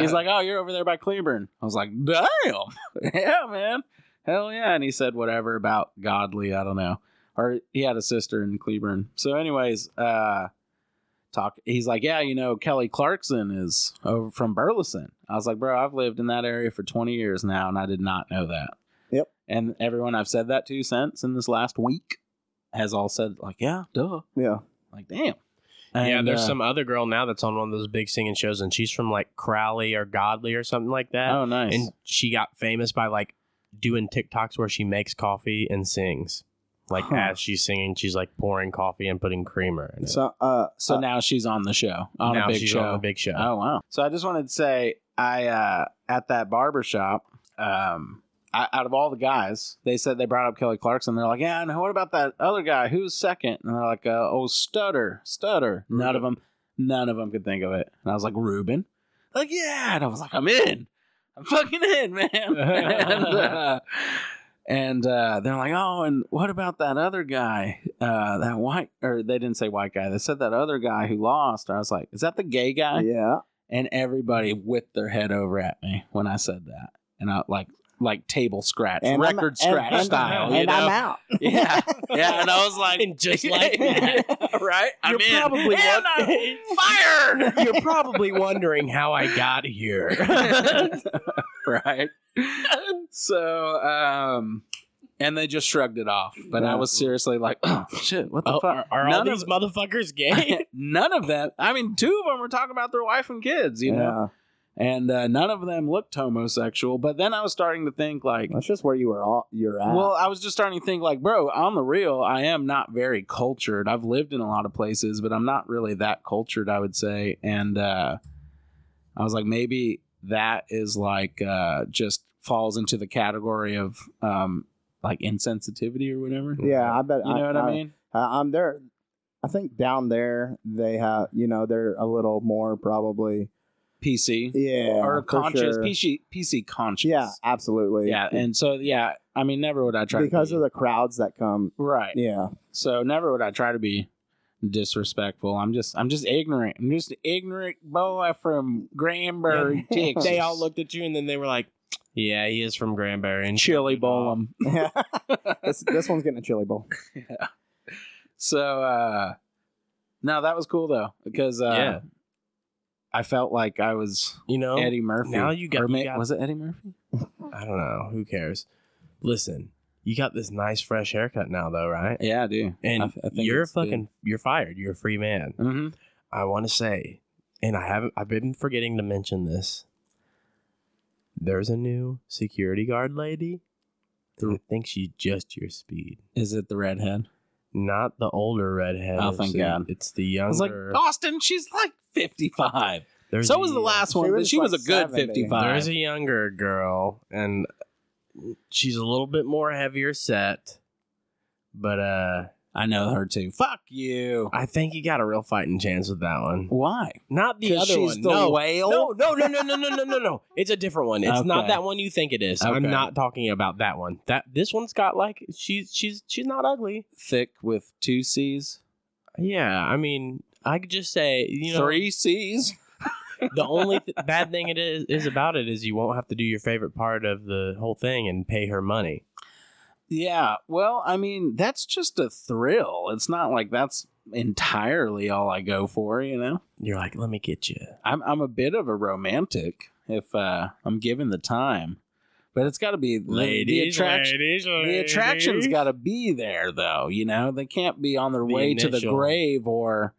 He's like, oh, you're over there by Cleburne. I was like, damn. yeah, man. Hell yeah. And he said whatever about godly. I don't know. Or he had a sister in Cleburne. So, anyways, uh, talk. He's like, yeah, you know, Kelly Clarkson is over from Burleson. I was like, bro, I've lived in that area for 20 years now, and I did not know that.
Yep.
And everyone I've said that to since in this last week has all said like, yeah, duh.
yeah.
Like, damn.
yeah,
And,
there's
uh,
some other girl now that's on one of those big singing shows, and she's from like Crowley or Godley or something like that.
Oh, nice.
And she got famous by like doing TikToks where she makes coffee and sings. Like
Huh.
as she's singing, she's like pouring coffee and putting creamer in it.
So, uh,
so
uh,
now she's on the show on
now
a big
she's
show.
on a big show.
Oh wow! So I just wanted to say, I uh, at that barber shop, um, I, out of all the guys, they said they brought up Kelly Clarkson. They're like, yeah, and what about that other guy? Who's second? And they're like, uh, oh, Stutter, Stutter. None of them, none of them could think of it. And I was like, Ruben. Like yeah, and I was like, I'm in. I'm fucking in, man. and uh, and uh, they're like, oh, and what about that other guy? Uh, that white, or they didn't say white guy. They said that other guy who lost. I was like, is that the gay guy?
yeah.
and everybody whipped their head over at me when I said that, and I like like table scratch,
And I'm-
record
and-
scratch
and-
style, you
And I'm
know?
out.
yeah, yeah, and I was like,
And just like that.
right? I'm
You're
in.
probably won-
and I'm fired.
You're probably wondering how I got here.
right? So, um, and they just shrugged it off. But I
Yeah.
was seriously like, oh, shit, what the
Oh,
fuck?
are, are all
none
these
of,
motherfuckers gay?
none of them. I mean, two of them were talking about their wife and kids, you know,
Yeah.
and uh, none of them looked homosexual. But then I was starting to think like.
That's just where you were all, you're at.
Well, I was just starting to think, like, bro, on the real, I am not very cultured. I've lived in a lot of places, but I'm not really that cultured, I would say. And uh, I was like, maybe that is like uh, just falls into the category of um, like insensitivity or whatever.
yeah, I bet.
You know what I, mean?
Uh, um, there, I think down there they have, you know, they're a little more probably,
PC
yeah,
or
for
conscious,
sure.
PC, PC conscious.
Yeah, absolutely.
Yeah. And so, yeah, I mean, never would I try
because
to
of
be,
the crowds that come.
right.
Yeah,
So never would I try to be disrespectful. I'm just I'm just ignorant. I'm just an ignorant boy from Granbury, Texas.
They all looked
look
at you and then they were like,
yeah, he is from Granbury. And
chili bolem.
this this one's getting a chili bowl.
So uh no, that was cool though because uh
Yeah.
I felt like I was
you know,
Eddie Murphy.
now you got-
Or ma-
you got-
was it Eddie Murphy?
I don't know. Who cares? Listen, you got this nice fresh haircut now, though, right?
Yeah, I do.
And
I- I think
you're
it's good.
fucking, you're fired. You're a free man.
hmm
I want to say, and I haven't, I've been forgetting to mention this. There's a new security guard lady.
Hmm.
I think she's just your speed,
Is it the redhead?
not the older redhead.
Oh,
It's
thank
the-
God.
It's the
I was like
younger.
Austin. She's like fifty five.
There's
So
a-
was the last
She
one, but
was
she was a
like
good
70.
fifty
There's
five.
a younger girl, and she's a little bit more heavier set, but uh,
I know her too. Fuck you.
I think you got a real fighting chance with that one.
Why?
Not the
'Cause
other
she's
one.
the
no.
whale?
No, Oh, no, no, no, no, no, no, no, no. It's a different one. It's not
Okay.
that one you think it is. I'm
Okay.
not talking about that one. That this one's got like she's she's she's not ugly.
thick with two C's,
Yeah, I mean, I could just say you know
three C's.
the only th- bad thing it is is about it is you won't have to do your favorite part of the whole thing and pay her money.
Yeah. Well, I mean, that's just a thrill. It's not like that's entirely all I go for, you know?
You're like, let me get you.
I'm, I'm a bit of a romantic if uh, I'm given the time. But it's got to be the- the attraction.
ladies,
The attraction's got to be there, though. You know, they can't be on their
The
way to the
initial.
grave or,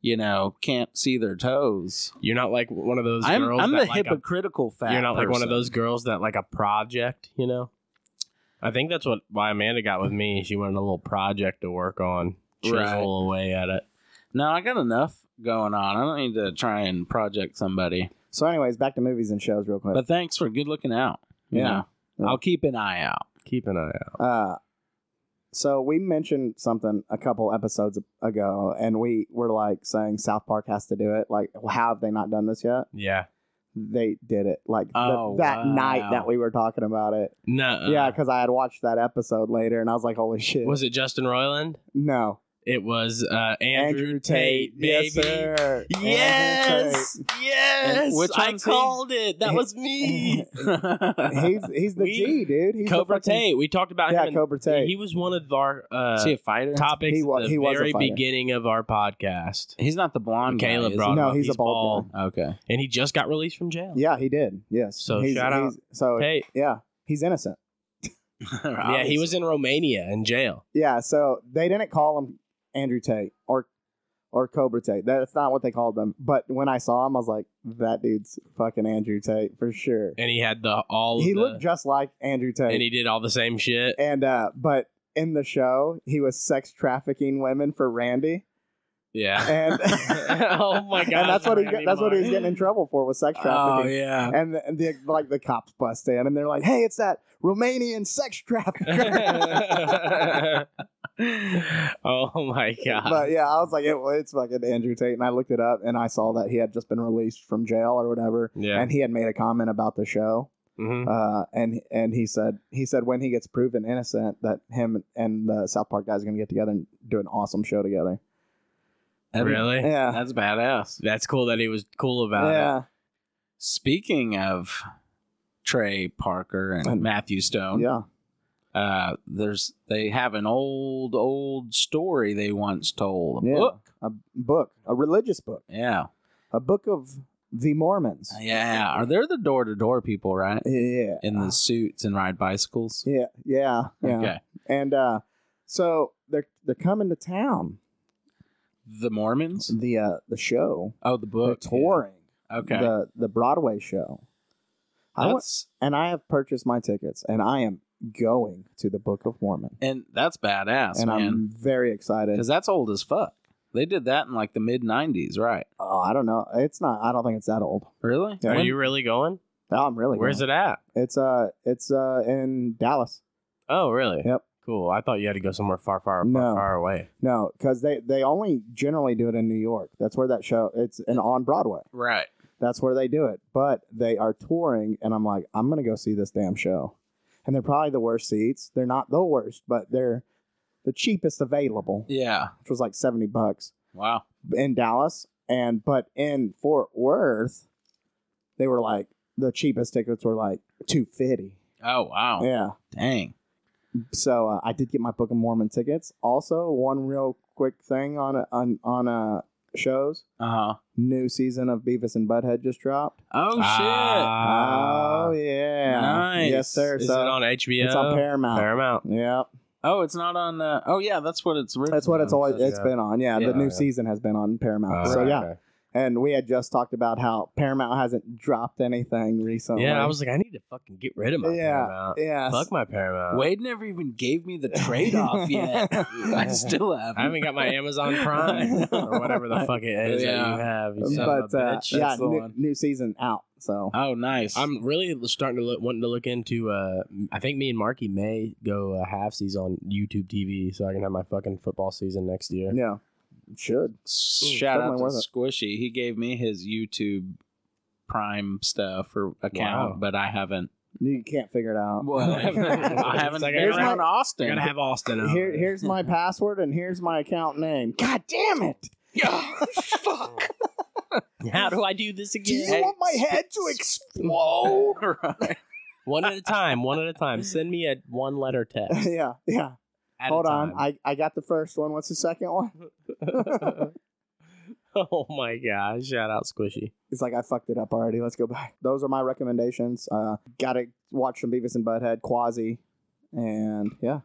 you know, can't see their toes.
You're not like one of those
I'm,
girls.
I'm
that
the
like a-
hypocritical fact.
You're not like one of those girls that like a project, you know. I think that's what why Amanda got with me. She wanted a little project to work on, chisel
Right.
away at it.
No, I got enough going on. I don't need to try and project somebody.
So, anyways, back to movies and shows real quick.
But thanks for good looking out. You
Yeah.
know,
Yeah.
I'll keep an eye out.
Keep an eye out.
Uh, so we mentioned something a couple episodes ago, and we were like saying South Park has to do it. Like, how have they not done this yet?
Yeah.
They did it. Like the-
Oh,
that
wow.
night that we were talking about it.
No.
yeah, because I had watched that episode later, and I was like, "Holy shit!"
Uh. Was it Justin Roiland?
no
It was uh, Andrew, Tate, baby.
Yes, sir. Andrew
yes, yes,
And which
I
one's he?
called it. That was me.
Tate. he's he's the
We-
G dude. He's the
Cobra
fucking-
Tate. We talked about
Yeah,
him. in-
Cobra Tate.
He was one of our uh,
Is he a fighter?
topics
He wa-
at the
he was a
very
fighter.
beginning of our podcast.
He's not the blonde
Caleb
guy, is
brought him
No,
up.
he's a bald
bald,
he? Okay.
and he just got released from jail.
yeah, he did. Yes.
So
he's,
shout out
he's- So
Tate.
yeah, he's innocent.
Yeah, he was in Romania in jail.
Yeah. So they didn't call him Andrew Tate or or Cobra Tate. That's not what they called them. But when I saw him, I was like, that dude's fucking Andrew Tate for sure.
and he had the all. of
He
the-
looked just like Andrew Tate.
and he did all the same shit.
and uh but in the show he was sex trafficking women for randy
Yeah.
and
oh my god!
and that's what he
Randy
that's what he was
Moss.
getting in trouble for was
Oh,
sex trafficking
Oh, yeah.
and, the, and the, like the cops bust in and they're like hey it's that romanian sex trafficker
oh
Uh-huh.
my god.
but yeah i was like it, it's fucking andrew tate and i looked it up and i saw that he had just been released from jail or whatever
yeah.
and he had made a comment about the show
Mhm.
Mm-hmm.
uh, and and he said he said when he gets proven innocent that him and the south park guys are going to get together and do an awesome show together
Really?
yeah
That's badass.
That's cool that he was cool
Uh,
about it.
yeah,
Speaking of Trey Parker and
And-
Matthew Stone,
yeah.
uh, there's they have an old old story they once told. A
Yeah.
book.
A book, a religious book,
Yeah.
a book of the Mormons.
Yeah. Are they the door to door people, right?
Yeah,
In the suits and ride bicycles.
yeah, yeah, yeah.
Okay.
And uh, so they're they're coming to town.
The Mormons.
The uh, the show
Oh, the
they're
book.
touring
Okay.
the the Broadway show. I went,
that's
and I have purchased my tickets, and I am going to the Book of Mormon,
and that's badass,
and
man.
I'm very excited.
Because that's old as fuck. They did that in like the mid '90s, right?
Oh, I don't know. It's not. I don't think it's that old.
Really?
Yeah.
Are
When-
you really going?
No, I'm really.
Where's
going.
it at?
It's uh, it's uh, in Dallas.
Oh, really?
Yep.
Cool. I thought you had to go somewhere far, far, far,
No.
far away.
No, because they they only generally do it in New York. That's where that show it's and on Broadway.
Right.
That's where they do it. But they are touring, and I'm like, I'm gonna go see this damn show. And they're probably the worst seats. They're not the worst, but they're the cheapest available,
Yeah.
which was like seventy bucks
Wow.
in Dallas. And but in Fort Worth, they were like the cheapest tickets were like two fifty.
Oh wow.
Yeah.
Dang.
So uh, I did get my Book of Mormon tickets. Also, one real quick thing on on on uh, shows.
Uh huh.
new season of Beavis and Butthead just dropped.
Oh shit.
oh yeah,
Ah. nice.
yes sir.
Is
so
it on HBO?
it's on Paramount.
Paramount.
Yeah,
Oh, it's not on. Uh, oh yeah, that's what it's written.
that's what it's
on.
always
says,
it's
yeah.
been on. Yeah,
Yeah.
the new
Yeah.
season has been on Paramount.
Oh,
so yeah,
okay.
and we had just talked about how Paramount hasn't dropped anything recently.
Yeah, I was like, I need to fucking get rid of my
Yeah.
Paramount.
yeah.
Fuck my Paramount.
Wade never even gave me the trade off yet. I still haven't.
I haven't got my Amazon Prime or whatever the fuck it is that
Yeah.
you have. You son of
But
a
uh,
bitch.
yeah,
That's the
new,
one.
new season out. So
oh, nice.
I'm really starting to look, wanting to look into. Uh, I think me and Marky may go uh, half season on YouTube TV, so I can have my fucking football season next year.
yeah, should
Shout out
definitely
to
worth it.
Squishy. He gave me his YouTube Prime stuff or account,
Wow.
but I haven't.
you can't figure it out.
I haven't
It's like, I
been
gotta-
around
I
Austin.
gotta have Austin. Up.
Here, here's my password and here's my account name. God damn it!
How do I do this
Do you
again?
want my head to explode?
Right.
one at a time. One at a time. Send me a one letter text.
yeah, yeah.
at a
Hold on.
time.
I, I got the first one. What's the second one?
oh my gosh! Shout out Squishy.
It's like I fucked it up already. Let's go back. Those are my recommendations. Uh gotta watch some Beavis and Butthead, Quasi, and yeah.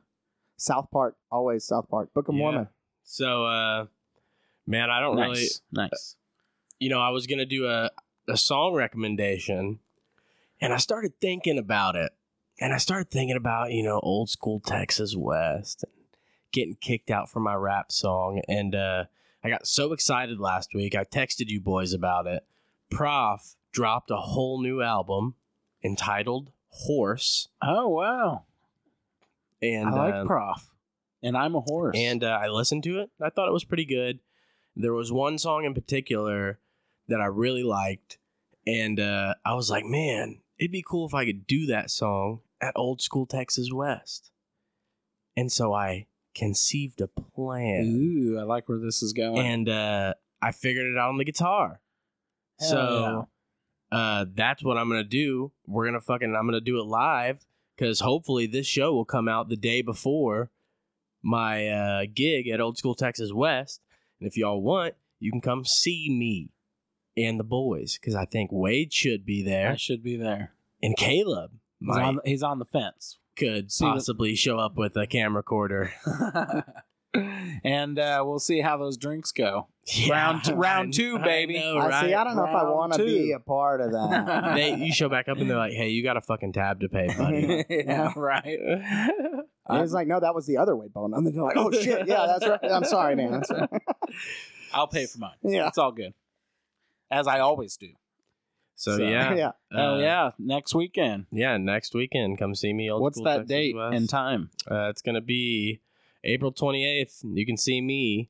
South Park, always South Park. Book of
Yeah.
Mormon.
So, uh, man, I don't really.
Nice. Nice.
you know, I was gonna do a, a song recommendation, and I started thinking about it, and I started thinking about you know old school Texas West and getting kicked out for my rap song, and uh, I got so excited last week. I texted you boys about it. Prof dropped a whole new album entitled Horse,
Oh wow.
and
I like
uh,
Prof. And I'm a horse.
And uh, I listened to it. I thought it was pretty good. There was one song in particular that I really liked, and uh, I was like, man, it'd be cool if I could do that song at old school Texas West. And so I conceived a plan,
ooh, I like where this is going.
and uh, I figured it out on the guitar.
Hell
so uh, that's what I'm gonna do. We're gonna fucking I'm gonna do it live because hopefully this show will come out the day before my uh, gig at Old School Texas West. And if y'all want, you can come see me and the boys because I think Wade should be
I
there
should be there.
and Caleb
He's
might,
on, he's on the fence.
could
see what-
possibly show up with a camera recorder.
and uh, we'll see how those drinks go. round
Yeah,
round
I-
two,
I
baby.
know,
I see.
right?
I don't know if I
Round
want to
two.
be a part of that.
they, you show back up and they're like, "Hey, you got a fucking tab to pay, buddy."
yeah, right.
I was like, no, that was the other weight bone. And then they're like, oh shit, yeah, that's right. I'm sorry, man. That's right.
I'll pay for mine.
Yeah.
It's all good, as I always do.
So,
So,
yeah,
yeah.
Oh
uh,
yeah, next weekend.
yeah. Next weekend, come see me. Old
What's
School
that
Texas
date
West.
and time?
Uh, it's gonna be April 28th. You can see me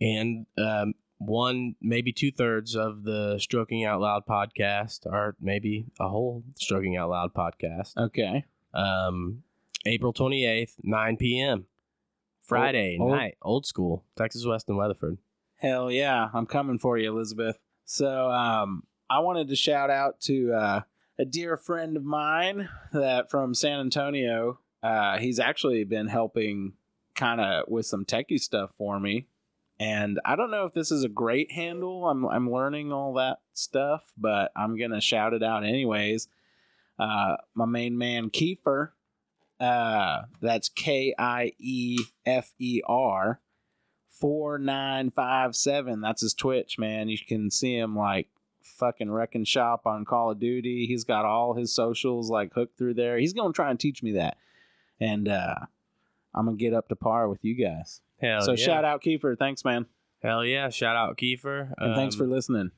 and um, one, maybe two thirds of the Stroking Out Loud podcast, or maybe a whole Stroking Out Loud podcast.
Okay.
Um, April 28th, 9 p.m. Friday
Old- old-
night, old school, Texas West and Weatherford.
Hell yeah, I'm coming for you, Elizabeth. So um, I wanted to shout out to uh, a dear friend of mine that from San Antonio. Uh, he's actually been helping kind of with some techie stuff for me, and I don't know if this is a great handle. I'm I'm learning all that stuff, but I'm gonna shout it out anyways. Uh, my main man Kiefer. Uh, that's K I E F E R four nine five seven. That's his Twitch, man. You can see him like fucking wrecking shop on Call of Duty. He's got all his socials like hooked through there. He's gonna try and teach me that, and uh I'm gonna get up to par with you guys.
Hell
so
yeah.
shout out Kiefer, thanks man,
Hell yeah. Shout out Kiefer.
and thanks for
Um,
listening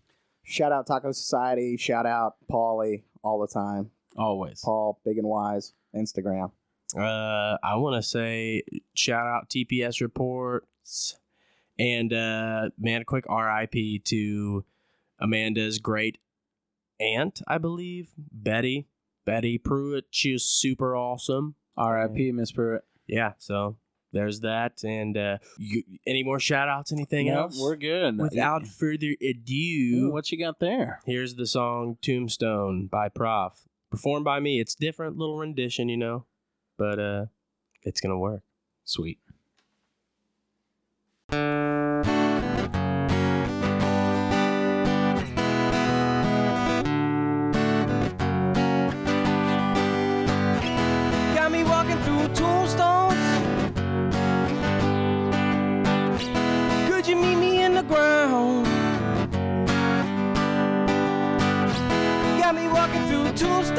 Shout out Taco Society. Shout out Paulie all the time.
always.
Paul, big and wise, Instagram.
Uh, I want to say shout out TPS reports and uh, man, a quick RIP to Amanda's great aunt, I believe Betty. Betty Pruitt. She was super awesome.
R.I.P. Miss Pruitt.
Yeah, so there's that. And uh, you, any more shout outs? Anything
Nope,
else?
We're good.
Without further
Ooh,
ado,
what you got there?
here's the song Tombstone by Prof. Performed by me. It's different, little rendition, you know, but uh, it's going to work.
Sweet.
Got me walking through tombstones. Could you meet me in the ground? Got me walking through tombstones.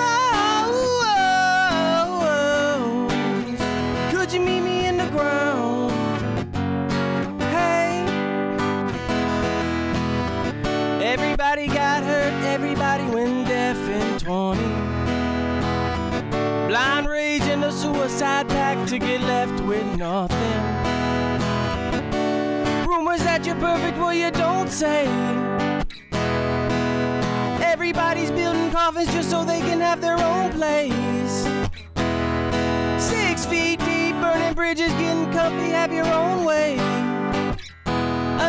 Could you meet me in the ground? Hey. Everybody got hurt, everybody went deaf in 20. Blind rage and a suicide pact to get left with nothing. Rumors that you're perfect, well, you don't say. Everybody's building coffins just so they can have their own place. Six feet deep, burning bridges, getting comfy, have your own way.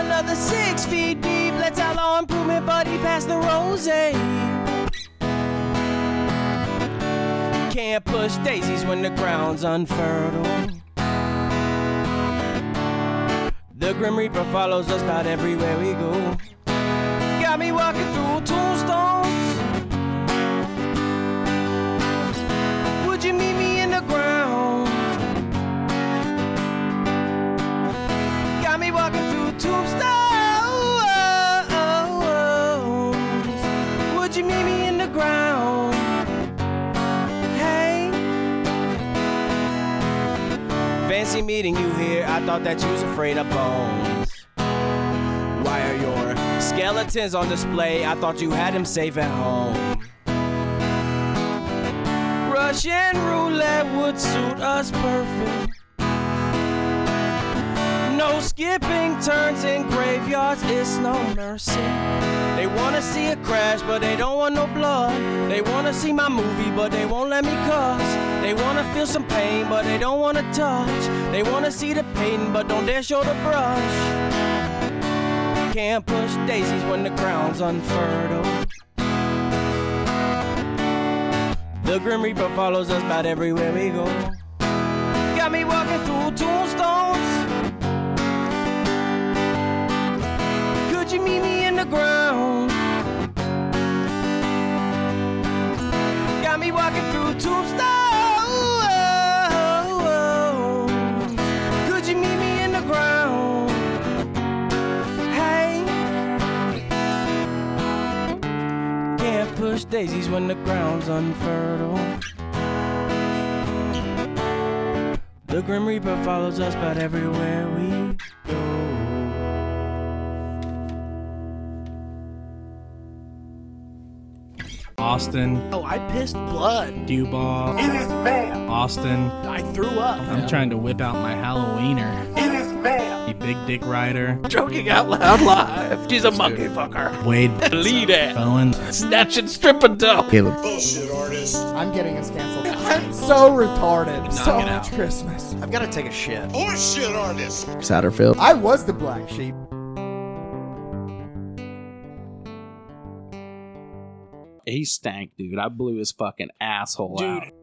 Another six feet deep, let's outlaw improvement, buddy, pass the rose. Can't push daisies when the ground's unfertile. The Grim Reaper follows us about everywhere we go. Got me walking through tombstones. Would you meet me in the ground? Got me walking through tombstones. Would you meet me in the ground? Hey, fancy meeting you here. I thought that you was afraid of bones. Why are your skeletons on display? I thought you had them safe at home. Russian roulette would suit us perfect. No skipping turns in graveyards, it's no mercy. They wanna see a crash, but they don't want no blood. They wanna see my movie, but they won't let me cuss. They wanna feel some pain, but they don't wanna touch. They wanna see the pain, but don't dare show the brush. Can't push daisies when the ground's unfertile. The Grim Reaper follows us about everywhere we go. Got me walking through tombstones. Could you meet me in the ground? Got me walking through tombstones. Could you meet me in the ground?
daisies when the ground's unfertile. The Grim Reaper follows us, but everywhere we
Austin,
Oh, I pissed blood.
Dewball. It is bad. Austin,
I threw up.
I'm trying to whip out my Halloweener. It is bad. You big dick rider.
Joking out loud live. She's a monkey fucker.
Wade
Lead it.
Bowen.
Snatch and strip and dope.
I'm getting us canceled. I'm so retarded. so
it
much
out.
Christmas.
I've got to take a shit.
Satterfield.
I was the black sheep.
He stank, dude. I blew his fucking asshole
Dude,
out.